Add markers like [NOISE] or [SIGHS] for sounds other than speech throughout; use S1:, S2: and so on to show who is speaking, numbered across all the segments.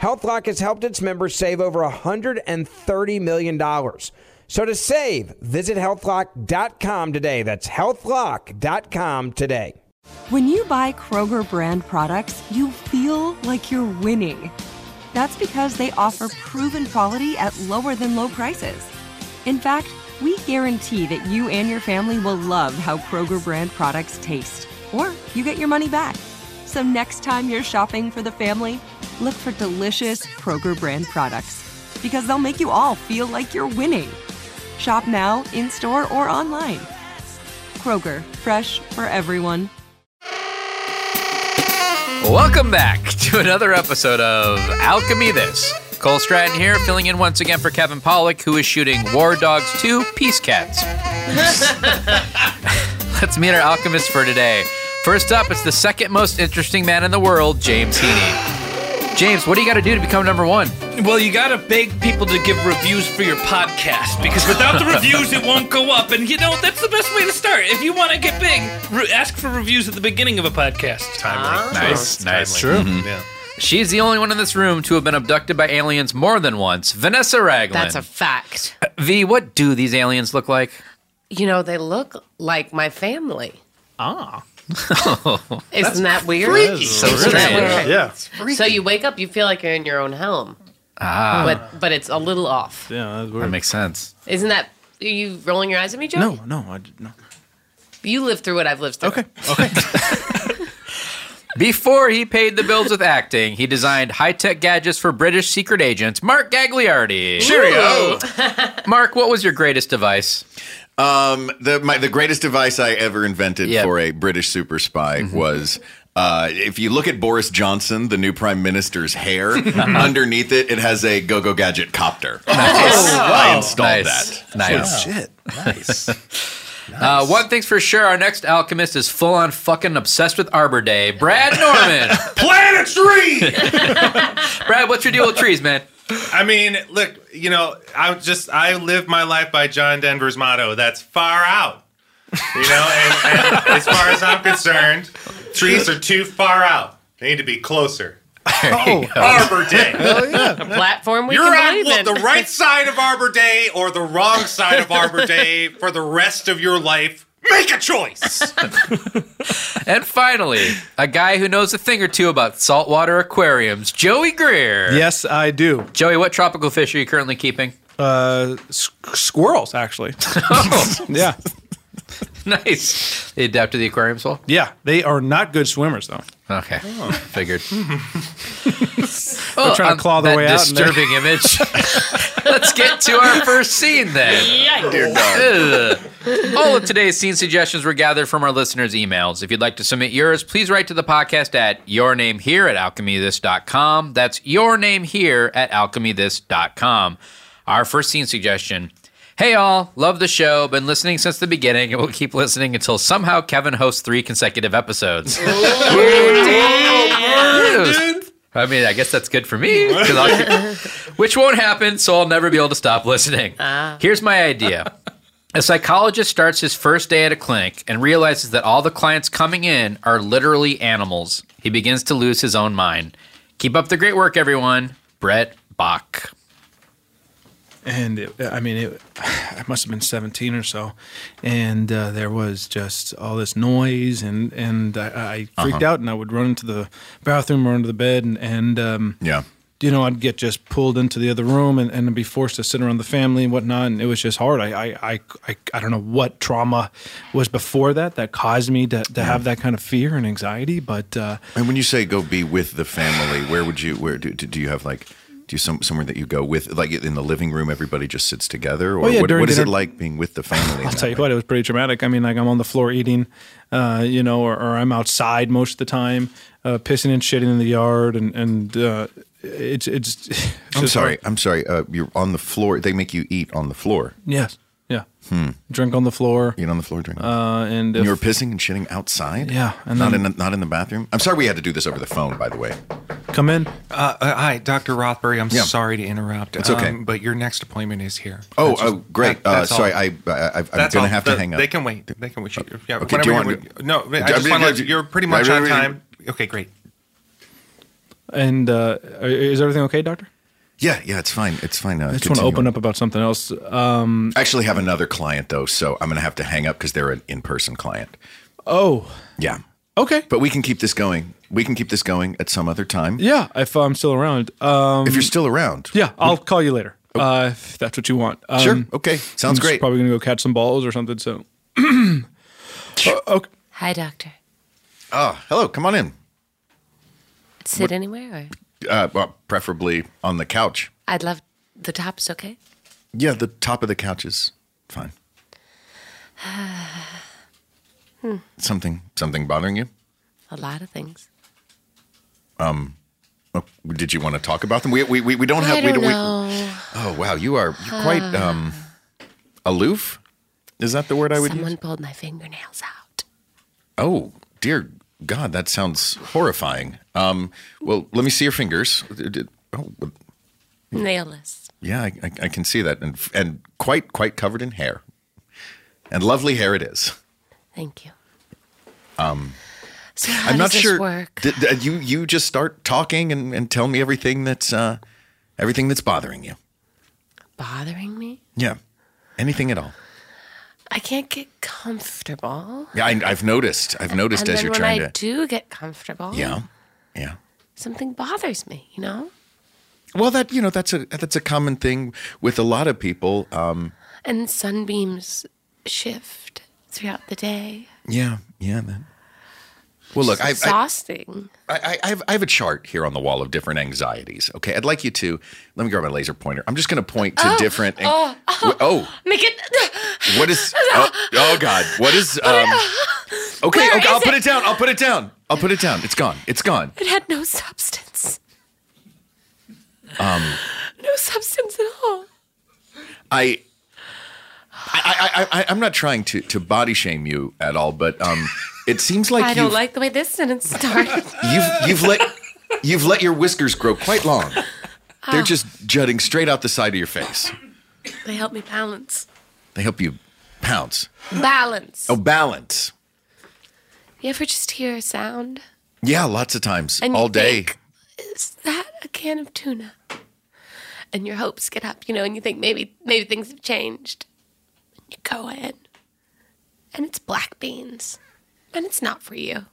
S1: HealthLock has helped its members save over $130 million. So to save, visit healthlock.com today. That's healthlock.com today.
S2: When you buy Kroger brand products, you feel like you're winning. That's because they offer proven quality at lower than low prices. In fact, we guarantee that you and your family will love how Kroger brand products taste, or you get your money back. So next time you're shopping for the family, look for delicious Kroger brand products because they'll make you all feel like you're winning. Shop now, in store, or online. Kroger, fresh for everyone.
S3: Welcome back [LAUGHS] to another episode of Alchemy This. Cole Stratton here, filling in once again for Kevin Pollock, who is shooting War Dogs 2 Peace Cats. [LAUGHS] Let's meet our alchemist for today. First up, it's the second most interesting man in the world, James Heaney. James, what do you got to do to become number one?
S4: Well, you gotta beg people to give reviews for your podcast because without the reviews, it won't go up. And you know that's the best way to start. If you want to get big, re- ask for reviews at the beginning of a podcast.
S5: Ah.
S3: Timely. Nice, nice. Mm-hmm.
S4: True.
S3: Yeah. She's the only one in this room to have been abducted by aliens more than once. Vanessa Ragland.
S5: That's a fact.
S3: V, what do these aliens look like?
S5: You know, they look like my family.
S3: Ah.
S5: Isn't that
S3: [LAUGHS]
S5: weird?
S3: freaky. So
S5: Isn't that
S3: strange.
S5: weird?
S6: Yeah.
S5: So you wake up, you feel like you're in your own home,
S3: Ah,
S5: but but it's a little off.
S6: [LAUGHS] Yeah, that's weird.
S3: that makes sense.
S5: Isn't that are you rolling your eyes at me, Joey?
S6: no, no, I, d- no.
S5: You lived through what I've lived through.
S6: Okay.
S3: [LAUGHS] Before he paid the bills with acting, he designed high tech gadgets for British secret agent Mark
S6: [LAUGHS]
S7: [LAUGHS]
S3: Gagliardi.
S7: Cheerio.
S3: Mark, what was your greatest device?
S7: Um, the my, the greatest device I ever invented
S3: Yep.
S7: for a British super spy
S3: Mm-hmm.
S7: was. Uh, if you look at Boris Johnson, the new prime minister's hair,
S3: [LAUGHS]
S7: underneath it, it has a Go Go Gadget copter.
S8: [LAUGHS] Oh,
S7: I installed
S3: Nice.
S7: that.
S3: Nice.
S6: Shit. Nice.
S3: Uh, one thing's for sure, our next alchemist is full on fucking obsessed with Arbor Day. Brad Norman.
S6: [LAUGHS] Planet tree.
S3: [LAUGHS] Brad, what's your deal with trees, man?
S9: I mean, look, you know, I just I live my life by John Denver's motto. That's far out. You know, and, and as far as I'm concerned, trees are too far out. They need to be closer.
S6: you
S9: Oh,
S6: go.
S9: Arbor Day.
S6: [LAUGHS] Hell yeah.
S5: A platform we
S9: You're
S5: can
S9: on
S5: believe
S9: well,
S5: in.
S9: the right side of Arbor Day or the wrong side of Arbor Day for the rest of your life. Make a choice.
S3: And finally, a guy who knows a thing or two about saltwater aquariums, Joey Greer.
S8: Yes, I do.
S3: Joey, what tropical fish are you currently keeping?
S8: Uh, s- squirrels,
S3: [LAUGHS]
S8: actually. [LAUGHS] yeah.
S3: Nice. They adapt to the aquarium soul?
S8: Yeah. They are not good swimmers, though.
S3: Okay.
S8: Oh.
S3: Figured.
S8: They're
S3: Oh,
S8: trying
S3: on
S8: to claw their
S3: that
S8: way out. and they're- [LAUGHS]
S3: disturbing image. Let's get to our first scene then.
S6: Dear
S3: Ugh. All of today's scene suggestions were gathered from our listeners' emails. If you'd like to submit yours, please write to the podcast at your name here at alchemythis.com. That's your name here at alchemythis.com. Our first scene suggestion. Hey all, love the show. Been listening since the beginning and will keep listening until somehow Kevin hosts three consecutive episodes. I mean, I guess that's good for me, 'cause I'll- which won't happen, so I'll never be able to stop listening. Here's my idea. A psychologist starts his first day at a clinic and realizes that all the clients coming in are literally animals. He begins to lose his own mind. Keep up the great work, everyone. Brett Bach.
S8: [LAUGHS] and it, I mean, it, [SIGHS] I must have been 17 or so, and uh, there was just all this noise, and and I, I freaked
S7: Uh-huh.
S8: out, and I would run into the bathroom or under the bed, and and um,
S7: Yeah.
S8: you know, I'd get just pulled into the other room and, and be forced to sit around the family and whatnot. And it was just hard. I, I, I, I, I don't know what trauma was before that that caused me to, to have that kind of fear and anxiety. But uh,
S7: And when you say go be with the family, where would you? Where do, do, do you have like? Do you some, somewhere that you go with, like in the living room, everybody just sits together, or
S8: Oh, yeah,
S7: what,
S8: during
S7: what is it
S8: dinner-
S7: like being with
S8: [LAUGHS]
S7: the family?
S8: I'll tell you what, it was pretty traumatic. I mean, like I'm on the floor eating, uh, you know, or, or I'm outside most of the time, uh, pissing and shitting in the yard, and and uh, it's it's. [LAUGHS] it's
S7: I'm
S8: just
S7: sorry,
S8: hard.
S7: I'm sorry. Uh, you're on the floor. They make you eat on the floor.
S8: Yes. Yeah.
S7: Hmm.
S8: Drink on the floor.
S7: Eat on the floor. Drink.
S8: Uh, and if-
S7: you were pissing and shitting outside.
S8: Yeah, and
S7: not
S8: then-
S7: in the, not in the bathroom. I'm sorry we had to do this over the phone. By the way,
S8: Come in.
S6: Uh, uh, hi, Dr. Rothbury. I'm
S7: Yeah.
S6: sorry to interrupt.
S7: It's okay.
S9: Um,
S6: but your next appointment is here.
S7: Oh,
S6: That's just-
S7: oh, great.
S6: that-
S7: Uh,
S6: that's all.
S7: sorry, I- I- I- I'm
S6: That's all.
S7: gonna have to
S6: The-
S7: hang up.
S6: They can wait. They can wait. You- Yeah,
S7: Okay,
S6: whenever
S7: do you
S6: you
S7: want-
S6: would- no, I
S7: I
S6: just
S7: mean,
S6: want
S7: I-
S6: to. You're pretty much
S7: I
S6: on
S7: really-
S6: time. Okay, great.
S8: And uh, is everything okay, doctor?
S7: Yeah, yeah, it's fine. It's fine. Uh,
S8: I just want to
S7: continue
S8: open
S7: on.
S8: up about something else. Um,
S7: I actually have another client though, so I'm going to have to hang up because they're an in-person client.
S8: oh,
S7: Yeah.
S8: Okay.
S7: But we can keep this going. We can keep this going at some other time.
S8: yeah. If I'm still around. Um,
S7: If you're still around.
S8: Yeah, I'll call you later.
S9: Oh.
S8: Uh, if that's what you want. Um,
S7: Sure. Okay. Sounds
S8: I'm just
S7: great.
S8: Probably gonna go catch some balls or something. So.
S7: Uh,
S5: Hi, doctor.
S7: Oh, hello. Come on in.
S5: Sit
S7: What-
S5: anywhere. Or
S7: Uh, well, preferably on the couch.
S5: I'd love the top's okay.
S7: Yeah, the top of the couch is fine.
S5: Hmm.
S7: Something, something bothering you?
S5: A lot of things.
S7: Um, oh, did you want to talk about them? We we we, we don't have.
S5: I
S7: we
S5: don't
S7: we-
S5: know. Ah.
S7: oh wow, you are you're quite um aloof. Is that the word I would
S5: Someone
S7: use?
S5: pulled my fingernails out.
S7: Oh dear God, that sounds horrifying. Um, well, let me see your fingers. Oh,
S5: Nailless.
S7: yeah, I, I, I can see that, and and quite quite covered in hair, and lovely hair it is.
S5: Thank you.
S7: Um,
S5: So how
S7: I'm not
S5: does this
S7: sure.
S5: work?
S7: Did, did you you just start talking and, and tell me everything that's uh, everything that's bothering you.
S5: Bothering me?
S7: Yeah, anything at all.
S5: I can't get comfortable.
S7: Yeah, I, I've noticed. I've noticed
S5: and
S7: as
S5: then
S7: you're
S5: when
S7: trying
S5: I
S7: to.
S5: do get comfortable,
S7: Yeah, yeah.
S5: something bothers me, you know?
S7: Well, that you know that's a that's a common thing with a lot of people. Um,
S5: And sunbeams shift throughout the day.
S7: yeah, yeah. Man. Well, look,
S5: It's
S7: I've, I,
S5: exhausting.
S7: I, I, have, I have a chart here on the wall of different anxieties. Okay, I'd like you to let me grab my laser pointer. I'm just going to point to
S5: Oh,
S7: different.
S5: oh,
S7: oh,
S5: Make it.
S7: what
S5: [LAUGHS]
S7: is? Oh, oh God, what is? Um, okay,
S5: Where
S7: okay, I'll
S5: is
S7: put
S5: it?
S7: it down. I'll put it down. I'll put it down. It's gone. It's gone.
S5: It had no substance.
S7: Um,
S5: No substance at all.
S7: I, I, I, I, I- I'm not trying to to body shame you at all, but
S5: [LAUGHS]
S7: um, it seems like
S5: I
S7: you've,
S5: don't like the way this sentence started. [LAUGHS]
S7: you've you've let you've let your whiskers grow quite long. [LAUGHS] They're
S5: Ah,
S7: just jutting straight out the side of your face.
S5: They help me balance.
S7: They help you pounce.
S5: Balance.
S7: Oh, balance.
S5: You ever just hear a sound
S7: Yeah, lots of times,
S5: And
S7: all
S5: you
S7: day.
S5: Is that a can of tuna? And your hopes get up, you know, and you think maybe maybe things have changed. And you go in, and it's black beans, and it's not for you.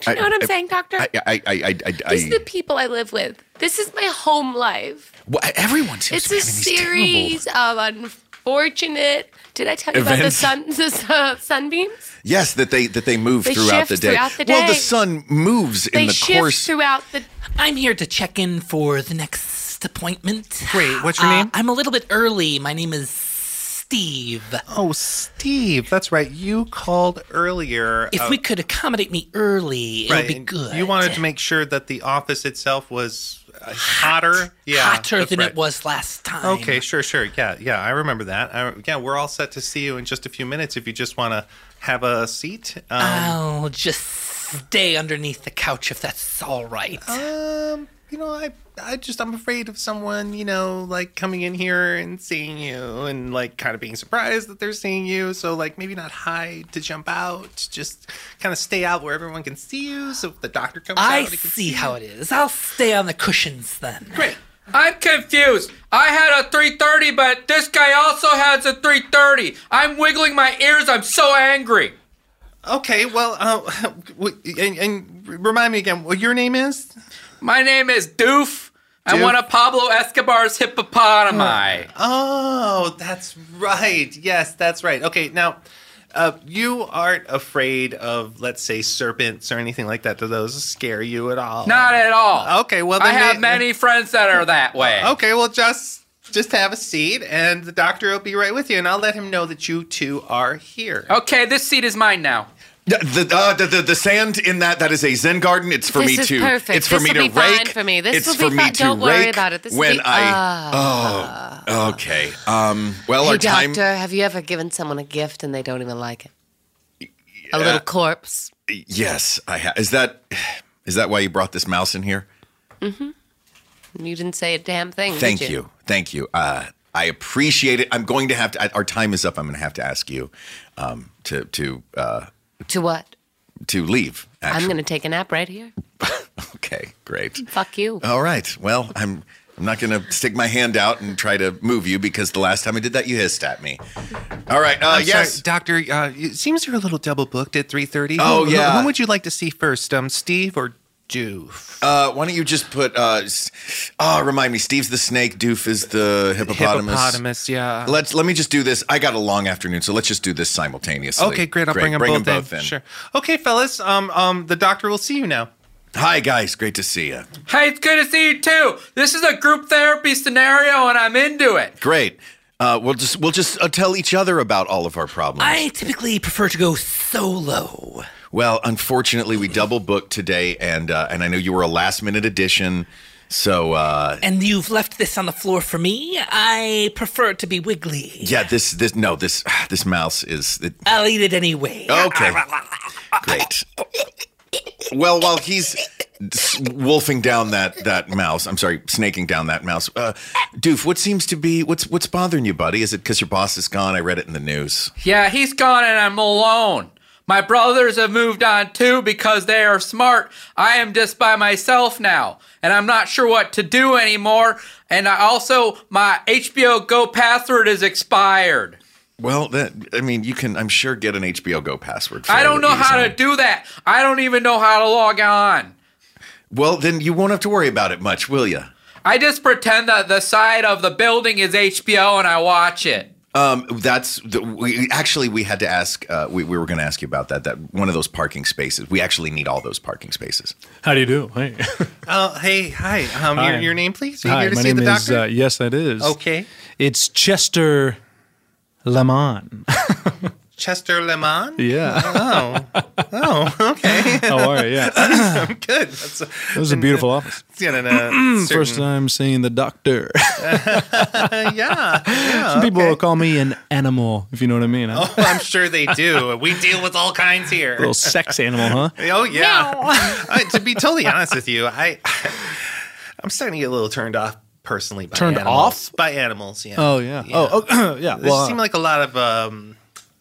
S5: Do you know what I'm saying, Doctor?
S7: I, I, I, I, I, I
S5: These are the people I live with. This is my home life.
S7: well, everyone
S5: It's
S7: seems to
S5: a
S7: be having these terrible-
S5: series of unfortunate. Did I tell you about the
S7: Events.
S5: sun the uh, sunbeams?
S7: Yes, that they that they move
S5: They
S7: throughout
S5: shift
S7: the, day.
S5: throughout the
S7: Well, the
S5: day.
S7: sun moves in
S5: They
S7: the
S5: shift
S7: course.
S5: throughout the.
S4: I'm here to check in for the next appointment.
S9: Wait, what's your
S4: Uh,
S9: name?
S4: I'm a little bit early. My name is Steve.
S9: Oh, Steve, that's right. You called earlier.
S4: If
S9: uh,
S4: we could accommodate me early, it would be
S9: and
S4: good.
S9: You wanted to make sure that the office itself was uh, hotter, yeah,
S4: hotter
S9: that's
S4: than
S9: right.
S4: it was last time.
S9: Okay, sure, sure. Yeah, yeah, I remember that. I, yeah, we're all set to see you in just a few minutes if you just want to have a seat. Um,
S4: I'll just stay underneath the couch if that's all right.
S9: Um, you know, I, I just, I'm afraid of someone, you know, like coming in here and seeing you and like kind of being surprised that they're seeing you. So, like, maybe not hide to jump out, just kind of stay out where everyone can see you. So, if the doctor comes
S4: I
S9: out, he can
S4: see how it is. I'll stay on the cushions then.
S10: I'm confused. I had a 330, but this guy also has a 330. I'm wiggling my ears. I'm so angry.
S9: Okay, well, uh, [LAUGHS] w- and, and remind me again what your name is?
S10: My name is
S9: Doof?
S10: Doof. I'm one of Pablo Escobar's hippopotami.
S9: Oh, that's right. Yes, that's right. Okay, now uh, you aren't afraid of, let's say, serpents or anything like that. Do those scare you at all?
S10: Not at all.
S9: Okay, well,
S10: I
S9: then
S10: have
S9: may- Oh,
S10: many friends that are that way.
S9: Okay, well, just just have a seat, and the doctor will be right with you, and I'll let him know that you two are here.
S10: Okay, this seat is mine now.
S7: The, the, uh, the, the the sand in that that is a Zen garden. It's for
S5: This
S7: me
S5: is
S7: to.
S5: perfect.
S7: It's for
S5: This
S7: me
S5: will
S7: to
S5: be fine
S7: rake.
S5: for me. This
S7: it's
S5: will
S7: for
S5: be
S7: me
S5: fine.
S7: to
S5: Don't worry
S7: rake
S5: about it. This will
S7: when
S5: be-
S7: I. oh, okay. Um. Well,
S5: hey,
S7: our time.
S5: doctor, have you ever given someone a gift and they don't even like it? A
S7: uh,
S5: little corpse.
S7: Yes, I ha- is that is that why you brought this mouse in here?
S5: Mm-hmm. You didn't say a damn thing. did
S7: Thank you. Thank you. Uh, I appreciate it. I'm going to have to. I- Our time is up. I'm going to have to ask you um, to to uh,
S5: To what?
S7: to leave. Actually,
S5: I'm going to take a nap right here.
S7: okay, great.
S5: Fuck you.
S7: All right. Well, I'm I'm not going to stick my hand out and try to move you because the last time I did that, you hissed at me. All right. Uh,
S9: I'm sorry,
S7: yes.
S9: doctor. Uh, it seems you're a little double booked at three thirty.
S7: Oh, yeah.
S9: Who, would you like to see first, um, Steve or Doof?
S7: Uh, why don't you just put? Uh, s- oh, remind me. Steve's the snake. Doof is the hippopotamus.
S9: Hippopotamus, yeah.
S7: Let's let me just do this. I got a long afternoon, so let's just do this simultaneously.
S9: Okay, great. I'll bring them both, in. Sure. Okay, fellas. Um, um, the doctor will see you now.
S7: Hi guys, great to see you.
S10: Hey, it's good to see you too. This is a group therapy scenario, and I'm into it.
S7: Great. Uh, we'll just we'll just uh, tell each other about all of our problems.
S4: I typically prefer to go solo.
S7: well, unfortunately, we double booked today, and uh, and I know you were a last minute addition, so uh,
S4: And you've left this on the floor for me. I prefer it to be wiggly.
S7: yeah, this this no this [SIGHS] this mouse is it,
S4: I'll eat it anyway.
S7: Okay. Great. Well, while he's wolfing down that that mouse, I'm sorry, snaking down that mouse. Uh, Doof, what seems to be what's what's bothering you, buddy? Is it because your boss is gone? I read it in the news.
S10: Yeah, he's gone and I'm alone. My brothers have moved on too because they are smart. I am just by myself now and I'm not sure what to do anymore. And I also, my HBO Go password is expired.
S7: Well, that I mean, you can I'm sure get an HBO Go password.
S10: I don't know
S7: fairly
S10: how
S7: easily.
S10: to do that. I don't even know how to log on.
S7: Well, then you won't have to worry about it much, will you?
S10: I just pretend that the side of the building is HBO and I watch it.
S7: Um, that's the, we actually we had to ask. Uh, we, we were going to ask you about that. That one of those parking spaces. We actually need all those parking spaces.
S8: How do you do?
S9: [LAUGHS]
S8: Hey.
S9: Uh, hey, hi. Um,
S8: Hi.
S9: Your, your name, please. Are you
S8: Hi,
S9: here to
S8: my
S9: see
S8: name
S9: the
S8: is.
S9: doctor?
S8: Uh, yes, that is.
S9: Okay.
S8: It's Chester Lemon.
S9: Chester [LAUGHS] Lemon.
S8: Yeah.
S9: Oh. Oh. Okay.
S8: How are you? Yeah.
S9: [LAUGHS] I'm good. That's
S8: That was a beautiful office.
S9: Yeah, no, no,
S8: [CLEARS THROAT] First time seeing the doctor. [LAUGHS]
S9: [LAUGHS] yeah. yeah,
S8: Some people will call me an animal, if you know what I mean. huh?
S9: [LAUGHS] Oh, I'm sure they do. We deal with all kinds here.
S8: little sex animal, huh?
S9: Oh yeah. [LAUGHS] Uh, to be totally honest with you, I I'm starting to get a little turned off personally. By
S8: Turned
S9: animals.
S8: off?
S9: by animals? Yeah.
S8: Oh [CLEARS THROAT] yeah. Oh, oh yeah.
S9: There
S8: Well,
S9: seem like a lot of um,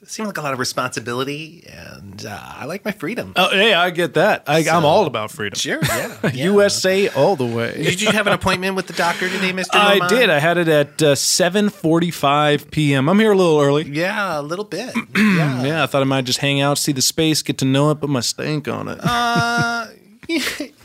S9: seemed like a lot of responsibility, and uh, I like my freedom.
S8: Oh, yeah, I get that. I, I'm all about freedom.
S9: Sure, yeah.
S8: [LAUGHS] USA all the way.
S9: Did you have an appointment with the doctor today, Mister?
S8: I did. I had it at uh, 7:45 p.m. I'm here a little early. [CLEARS THROAT]
S9: Yeah, a little bit.
S8: yeah. I thought I might just hang out, see the space, get to know it, put my stank on it. [LAUGHS]
S9: Uh, [LAUGHS]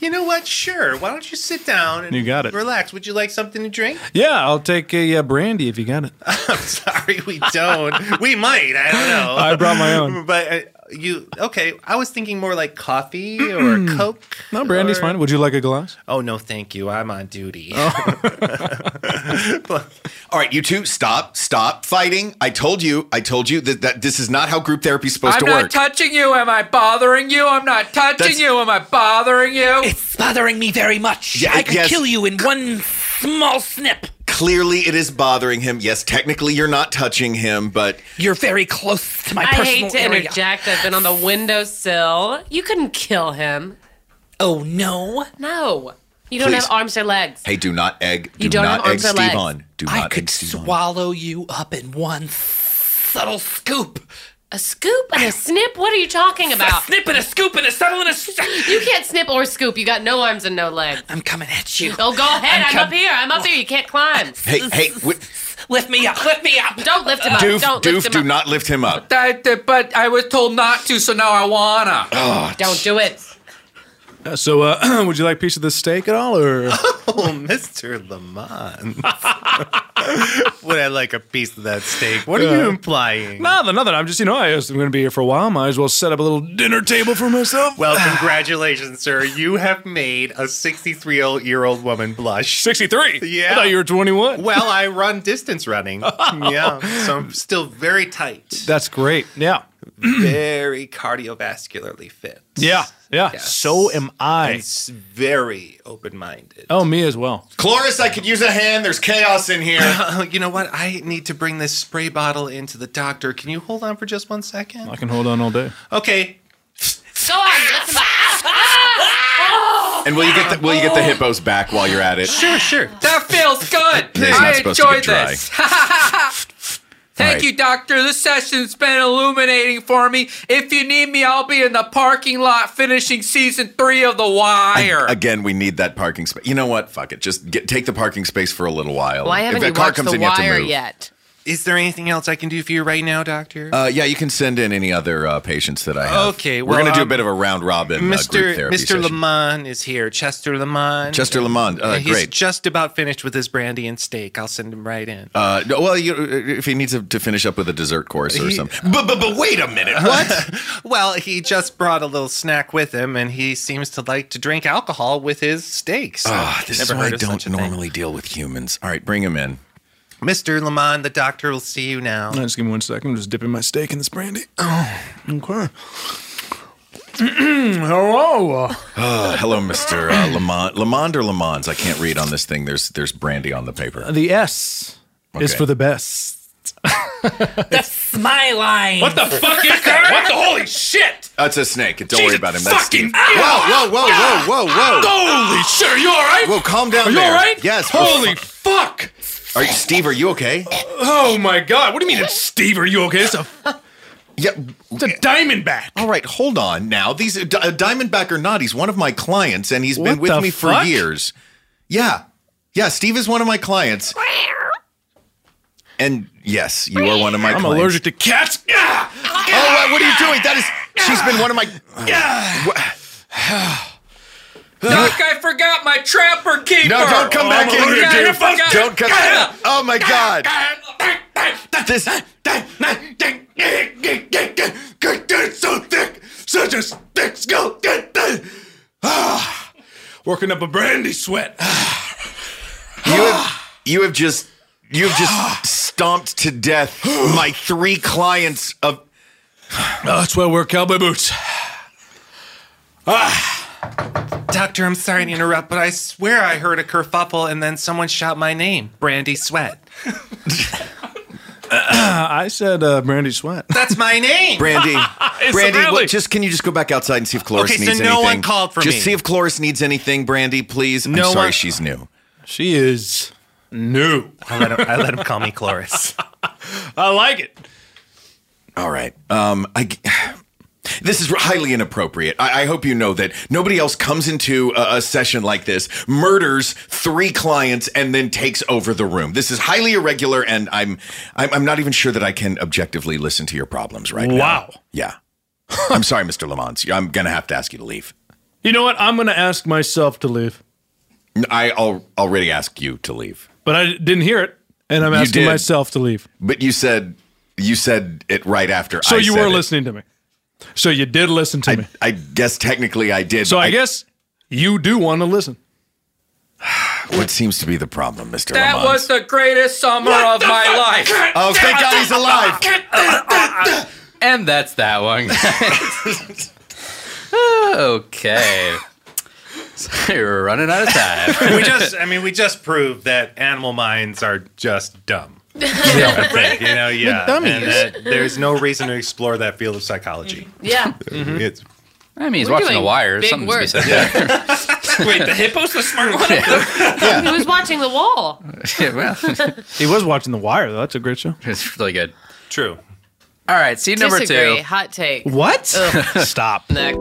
S9: you know what? Sure. Why don't you sit down and
S8: You got it.
S9: relax? Would you like something to drink?
S8: yeah, I'll take a uh, brandy if you got it.
S9: Sorry, we don't. we might. I don't know.
S8: I brought my own.
S9: But uh, you okay? I was thinking more like coffee or Coke.
S8: No, brandy's
S9: or-
S8: fine. Would you like a glass?
S9: Oh no, thank you. I'm on duty.
S8: Oh.
S7: All right, you two, stop, stop fighting. I told you, I told you that, that this is not how group therapy is supposed
S10: I'm
S7: to
S10: not
S7: work.
S10: touching you. Am I bothering you? I'm not touching you. Am I bothering you?
S4: It's bothering me very much.
S7: Yeah,
S4: I could
S7: yes.
S4: kill you in one small snip.
S7: Clearly, it is bothering him. Yes, technically, you're not touching him, but
S4: You're very close to my
S5: I
S4: personal
S5: hate to
S4: area.
S5: interject. I've been on the windowsill. You couldn't kill him.
S4: Oh no,
S5: no! You don't
S7: Please.
S5: have arms or legs.
S7: hey, do not egg.
S5: You
S7: do
S5: don't
S7: not
S5: have
S7: egg
S5: arms or
S7: Steve
S5: legs.
S7: on. Do
S4: I
S7: not egg
S4: could
S7: Steve on.
S4: swallow you up in one subtle scoop.
S5: A scoop and a snip? What are you talking about?
S4: A snip and a scoop and a subtle and a. s-
S5: You can't snip or scoop. You got no arms and no legs.
S4: I'm coming at you.
S5: Oh, go ahead.
S4: I'm
S5: I'm,
S4: com-
S5: up here. I'm up here. You can't climb.
S7: Hey,
S4: [LAUGHS]
S7: hey, wi-
S4: Lift me up. Lift me up.
S5: Don't lift him up.
S7: Doof,
S5: Don't
S7: Doof,
S5: lift him
S7: do
S5: up.
S7: not lift him up.
S10: I- I- but I was told not to, so now I wanna.
S7: Ah,
S5: Don't do it.
S8: Uh, so, uh, [CLEARS THROAT] would you like a piece of the steak at all, [LAUGHS] or
S9: [LAUGHS] oh, Mister Lamont. [LAUGHS] Would I like a piece of that steak? What are you
S8: Yeah.
S9: implying?
S8: nothing? Nothing. I'm just, you know, I was, I'm going to be here for a while. Might as well set up a little dinner table for myself. Ah.
S9: Well, congratulations, sir. You have made a 63 year old woman blush.
S8: 63.
S9: Yeah.
S8: I thought you were 21.
S9: Well, I run distance
S8: [LAUGHS]
S9: running. Yeah. So I'm still very tight,
S8: That's great. Yeah.
S9: very cardiovascularly fit.
S8: Yeah. Yeah. So am I.
S9: It's very open minded.
S8: Oh, me as well.
S7: Cloris, I could use a hand. There's chaos in here.
S9: [LAUGHS] you know what? I need to bring this spray bottle into the doctor. Can you hold on for just one second?
S8: I can hold on all day.
S9: Okay.
S5: Go on. Lift him up. [LAUGHS]
S7: and will you get the, will you get
S4: [LAUGHS]
S7: the hippos back while you're at it?
S9: Sure, sure.
S10: That feels good.
S7: It's not
S10: I
S7: supposed to get
S10: enjoyed this. [LAUGHS] Thank
S7: All right.
S10: you, Doctor. This session's been illuminating for me. If you need me, I'll be in the parking lot finishing season three of The Wire.
S7: Again, we need that parking space. You know what? Fuck it. Just get, take the parking space for a little while.
S5: Why haven't
S7: if a
S5: you
S7: car
S5: watched
S7: comes
S5: The
S7: in, you have to
S5: Wire
S7: move.
S5: yet?
S9: Is there anything else I can do for you right now, doctor?
S7: Uh, yeah, you can send in any other uh, patients that I have.
S9: Okay,
S7: we're
S9: well,
S7: gonna do a
S9: um,
S7: bit of a round robin uh,
S9: Mr.
S7: group therapy
S9: Mr.
S7: session.
S9: Lamont is here. Chester Lamont.
S7: Chester Lamont, uh,
S9: And he's
S7: great.
S9: just about finished with his brandy and steak. I'll send him right in.
S7: Uh, no, well, you, if he needs to- to finish up with a dessert course or
S9: He- Uh-huh.
S7: something. But, but, but wait a minute. What?
S9: [LAUGHS] well, he just brought a little snack with him, and he seems to like to drink alcohol with his steaks.
S7: Ah, this is
S9: Never
S7: why I
S9: heard of such a
S7: don't
S9: thing.
S7: normally deal with humans. All right, bring him in.
S9: Mr. Lamont, the doctor will see you now.
S7: Uh,
S8: Now, just give me one second. I'm just dipping my steak in this brandy. [CLEARS THROAT] Oh, okay. [CLEARS THROAT] Hello.
S7: Uh, hello, Mr. Uh, Lamont. Lamond or Lamonds? I can't read on this thing. There's there's brandy on the paper.
S8: The S is
S7: Okay.
S8: for the best.
S4: That's my line.
S11: What the fuck
S4: [LAUGHS]
S11: is that? What the holy shit?
S7: That's a snake. Don't worry
S11: Jesus
S7: about him. That's
S11: fucking
S7: Steve. Whoa, whoa, whoa, whoa, whoa, whoa.
S11: Holy shit, are you all right?
S7: Whoa, calm down
S11: Are you
S7: there.
S11: all right?
S7: Yes. we're
S11: Holy fuck.
S7: fi- Are you, Steve, are you okay?
S11: Oh my god. What do you mean it's Steve? Are you okay? It's a,
S7: Yeah.
S11: it's a diamond back.
S7: All right, hold on now. These uh, D- uh, Diamondback or not, he's one of my clients and he's been
S8: What
S7: with
S8: the
S7: me
S8: fuck?
S7: for years. Yeah. Yeah, Steve is one of my clients. And yes, you are one of my
S8: I'm
S7: clients.
S8: allergic to cats. Yeah.
S7: Oh, uh, what are you doing? That is she's been one of
S10: [SIGHS]
S7: my
S10: Doc, I forgot my trapper keeper.
S7: No, don't come back in here,
S10: Forgot,
S7: dude.
S10: forgot.
S7: Don't come. Oh my god. This
S11: It's so thick. Such a thick skull. Ah, [SIGHS] Working up a brandy sweat.
S7: you have, you have just you have just stomped to death my three clients of
S11: Oh, that's why I wear cowboy boots.
S7: Ah.
S9: Doctor, I'm sorry to interrupt, but I swear I heard a kerfuffle, and then someone shout my name, Brandy Sweat.
S8: [CLEARS THROAT] I said uh, brandy
S9: [LAUGHS]
S8: sweat.
S9: That's my name. [LAUGHS]
S7: Brandy. Brandy,
S11: really-
S7: what, just can you just go back outside and see if Cloris
S9: Okay, so
S7: needs anything?
S9: no one called for
S7: just
S9: me.
S7: see if Cloris needs anything, Brandy, please. I'm
S9: No
S7: sorry,
S9: one-
S7: she's new.
S8: She is new.
S9: I let him, I let him call me Cloris.
S8: I like it.
S7: All right. Um, I. g- [SIGHS] This is highly inappropriate. I, I hope you know that nobody else comes into a, a session like this, murders three clients, and then takes over the room. This is highly irregular, and I'm I'm, I'm not even sure that I can objectively listen to your problems right now.
S8: Wow.
S7: Yeah. [LAUGHS] I'm sorry, Mr. Lamont. I'm gonna have to ask you to leave.
S8: You know what? I'm going to ask myself to leave,
S7: I al- already asked you to leave.
S8: but I didn't hear it, and I'm
S7: You
S8: asking
S7: did.
S8: myself to leave.
S7: But you said you said it right after.
S8: So
S7: I
S8: you
S7: said
S8: were
S7: it.
S8: listening to me. So you did listen to me.
S7: I guess technically I did.
S8: So I, guess you do want to listen.
S7: [SIGHS] What seems to be the problem, Mister?
S3: That
S7: Lamont?
S3: was the greatest summer
S7: What
S3: of
S7: the
S3: my
S7: fuck?
S3: life.
S7: Oh, thank God he's alive.
S3: and that's that one. [LAUGHS] guys. okay. So [LAUGHS] you're running out of
S9: [LAUGHS]
S3: time.
S9: we just, I mean, we just proved that animal minds are
S5: [LAUGHS]
S9: just dumb.
S3: Right?
S9: You know, yeah.
S3: We're dummies.
S9: And that there's no reason to explore that field of psychology.
S5: Yeah.
S8: Mm-hmm.
S9: It's,
S3: I mean, he's
S9: We're
S3: watching The
S9: doing
S3: Wire.
S5: big
S3: Something's to be
S5: work.
S3: said.
S4: Wait, the hippo's the smart one.
S5: [LAUGHS] He was watching the wall.
S3: Yeah, well,
S8: [LAUGHS] he was watching The Wire, though. That's a great show.
S3: It's really good.
S9: True.
S3: All right, scene number
S12: Disagree.
S3: two.
S12: Hot take.
S5: [LAUGHS]
S8: What?
S12: Ugh.
S8: Stop.
S12: Next.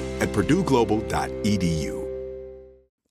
S11: at purdueglobal.edu.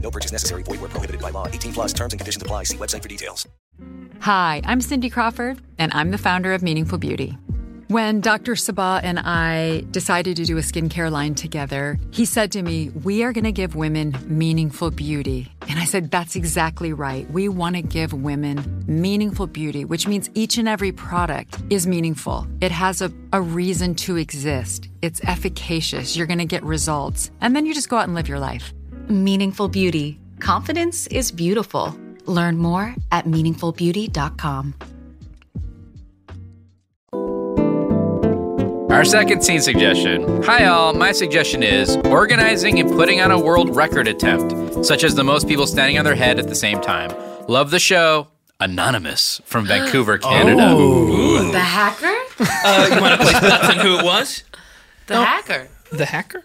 S13: No purchase necessary. Void where prohibited by law. 18 plus terms and conditions apply. See website for details.
S14: Hi, I'm Cindy Crawford, and I'm the founder of Meaningful Beauty. When Dr. Sabah and I decided to do a skincare line together, he said to me, We are going to give women meaningful beauty. And I said, That's exactly right. We want to give women meaningful beauty, which means each and every product is meaningful. It has a, a reason to exist, it's efficacious. You're going to get results. And then you just go out and live your life.
S15: Meaningful Beauty. Confidence is beautiful. Learn more at meaningfulbeauty.com.
S3: Our second scene suggestion. Hi, all. My suggestion is organizing and putting on a world record attempt, such as the most people standing on their head at the same time. Love the show. Anonymous
S12: [GASPS]
S3: from Vancouver,
S12: Oh.
S3: Canada.
S5: The hacker?
S4: [LAUGHS] Uh,
S6: [LAUGHS]
S12: [LAUGHS]
S4: you want to place bets on who it was?
S5: The hacker.
S4: The hacker?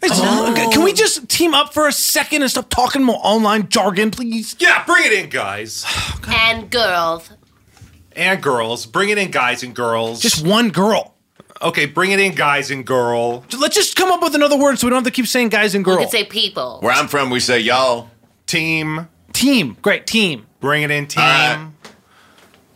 S8: Can we just team up for a second and stop talking more online jargon, please?
S9: [LAUGHS] Yeah, bring it in,
S3: [SIGHS]
S9: guys.
S3: Oh,
S5: And girls.
S9: And girls. Bring it in, guys and girls.
S8: Just one girl.
S9: Okay, bring it in, guys and girl.
S8: Let's just come up with another word so we don't have to keep saying guys and girls.
S5: say people.
S7: Where I'm from, we say y'all.
S9: Team.
S8: Team. Great. Team.
S9: Bring it in, team.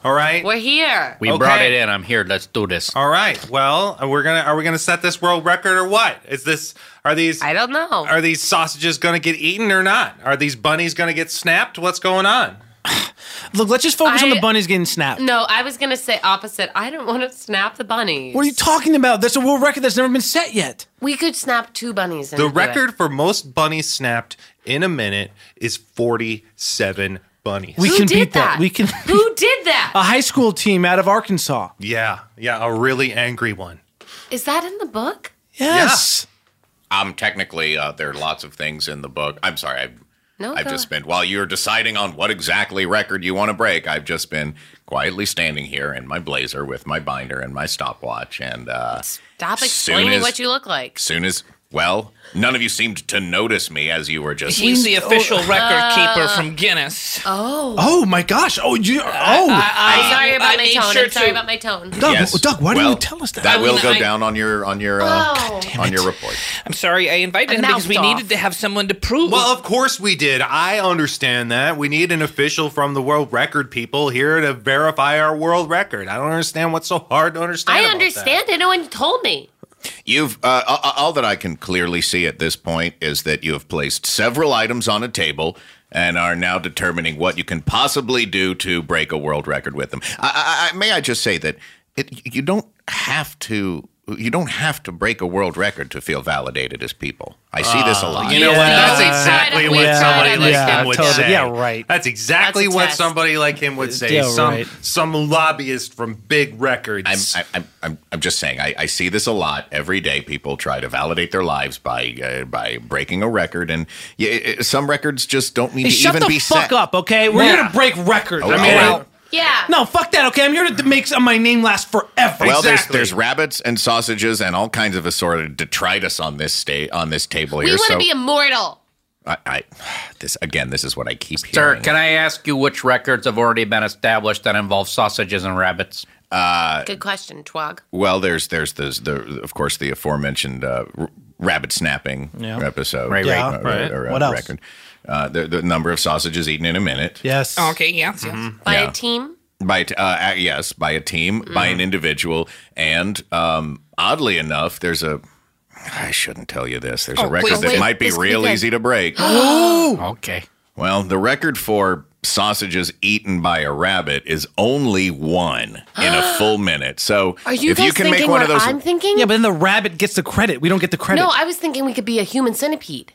S9: All right.
S5: We're here.
S3: We brought it in. I'm here. Let's do this.
S9: All right. Well, we're gonna are we gonna set this world record or what? Is this are these I
S5: don't know.
S9: Are these sausages gonna get eaten or not? Are these bunnies gonna get snapped? What's going on?
S8: [SIGHS] Look, let's just focus on
S5: I-
S8: the bunnies getting snapped.
S5: No, I was going to say opposite. I don't want to snap the bunnies.
S8: What are you talking about? That's a world record that's never been set yet.
S5: We could snap two bunnies. And
S9: The
S5: do it.
S9: record for most bunnies snapped in a minute is 47 bunnies.
S8: We can beat that? We can. [LAUGHS]
S5: Who did that?
S8: A high school team out of Arkansas.
S9: Yeah, yeah, a really angry one.
S5: Is that in the book?
S8: Yes.
S7: Um, technically, uh, there are lots of things in the book. I'm sorry, I've,
S5: No,
S4: Oh,
S7: I've
S5: go
S7: just
S5: ahead.
S7: been, while you're deciding on what exactly record you want to break, I've just been quietly standing here in my blazer with my binder and my stopwatch. And uh,
S5: Stop
S7: soon
S5: explaining
S7: as-
S5: what you look like.
S7: soon as, well, none of you seemed to notice me as you were just.
S4: He's the official record keeper
S5: Uh,
S4: from Guinness.
S5: Oh.
S8: Oh my gosh. Oh, you. Oh.
S5: I'm sorry about my
S4: I made
S5: tone.
S4: sure
S5: I'm sorry
S4: to-
S5: about my tone.
S8: Doug, Doug, why
S7: well,
S8: didn't you tell us that?
S7: That will
S4: I-
S7: go
S4: I-
S7: down on your on your uh,
S5: Oh.
S7: on your report.
S4: I'm sorry, I invited him because we needed to have someone to prove.
S9: Well, of course we did. I understand that. We need an official from the world record people here to verify our world record. I don't understand what's so hard to understand.
S5: I
S9: about that.
S5: understand it. No one told me.
S7: You've uh, a- a- all that I can clearly see at this point is that you have placed several items on a table and are now determining what you can possibly do to break a world record with them. I, I, I, may I just say that it, you don't have to. You don't have to break a world record to feel validated as people. I see this a
S8: Ah,
S9: Oh,
S7: lot.
S9: You know what? That's exactly what somebody like
S8: yeah,
S9: him would
S8: totally.
S9: say.
S8: Yeah, right.
S9: That's exactly
S8: That's a
S9: what
S8: test.
S9: somebody like him would say.
S8: Yeah,
S9: some
S8: right.
S9: some lobbyist from big records.
S7: I, I'm, I'm, I'm just saying, I, I see this a lot every day. People try to validate their lives by uh, by breaking a record, and yeah, it- it- some records just don't need
S8: Hey,
S7: to
S8: shut
S7: even
S8: the
S7: be
S8: fuck
S7: set.
S8: up, okay? We're
S7: Yeah.
S8: here to break records.
S7: Oh,
S8: I mean,
S7: all right.
S5: Yeah.
S8: No, fuck that, okay? I'm here to make some- my name last forever.
S7: Well, there's there's rabbits and sausages and all kinds of assorted detritus on this sta- on this table
S5: We
S7: here.
S5: want to
S7: So
S5: be immortal.
S7: I, I this again, this is what I keep
S3: Sir,
S7: hearing.
S3: can I ask you which records have already been established that involve sausages and rabbits?
S12: [GASPS]
S7: Uh,
S5: Good question, Twog.
S7: well, there's there's there's the of course the aforementioned uh, r- rabbit snapping
S8: Yeah.
S7: episode.
S8: Right, right,
S7: uh,
S8: right.
S7: or, uh,
S8: What else?
S7: Record. Uh, the, the number of sausages eaten in a minute.
S8: Yes.
S4: Oh,
S5: Oh,
S4: Okay, yeah. yes, yes.
S5: By
S7: Yeah.
S5: a team?
S7: By t- uh, uh, yes, by a team, by
S5: Mm.
S7: an individual, and um, oddly enough, there's a. I shouldn't tell you this. There's
S5: Oh,
S7: a record
S5: please
S7: that
S5: wait,
S7: might be
S5: this
S7: real
S5: weekend.
S7: easy
S5: [GASPS]
S7: to break.
S3: okay.
S7: Well, the record for sausages eaten by a rabbit is only one in
S5: [GASPS]
S7: a full minute. So
S5: Are you
S7: if
S5: guys
S7: you can make
S5: thinking
S7: one of
S5: what
S7: those,
S5: I'm thinking?
S8: Yeah, but then the rabbit gets the credit. We don't get the credit.
S5: No, I was thinking we could be a human centipede.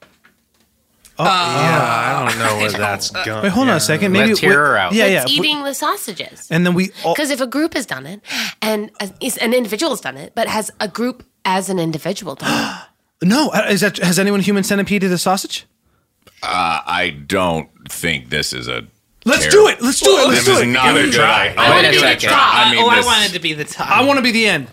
S8: Oh, yeah,
S9: I don't know where that's going.
S8: Wait, hold on a second. Maybe
S3: Let's hear
S8: we-
S3: her out.
S8: Yeah, yeah.
S5: That's
S8: we-
S5: eating the sausages.
S8: and then we
S12: Oh.
S8: all.
S5: Because if a group has done it, and a, is- an individual has done it, but has a group as an individual done it,
S8: No, uh, is that has anyone human centipeded a sausage?
S7: uh, I don't think this is a.
S8: Let's
S7: terrible-
S8: do it. Let's do it. Let's
S7: this
S8: do
S7: is
S8: it.
S7: not Oh, a good idea.
S4: I wanna be the top.
S7: I mean,
S4: oh, I
S7: this-
S4: wanted to be the top.
S8: I want to be the end.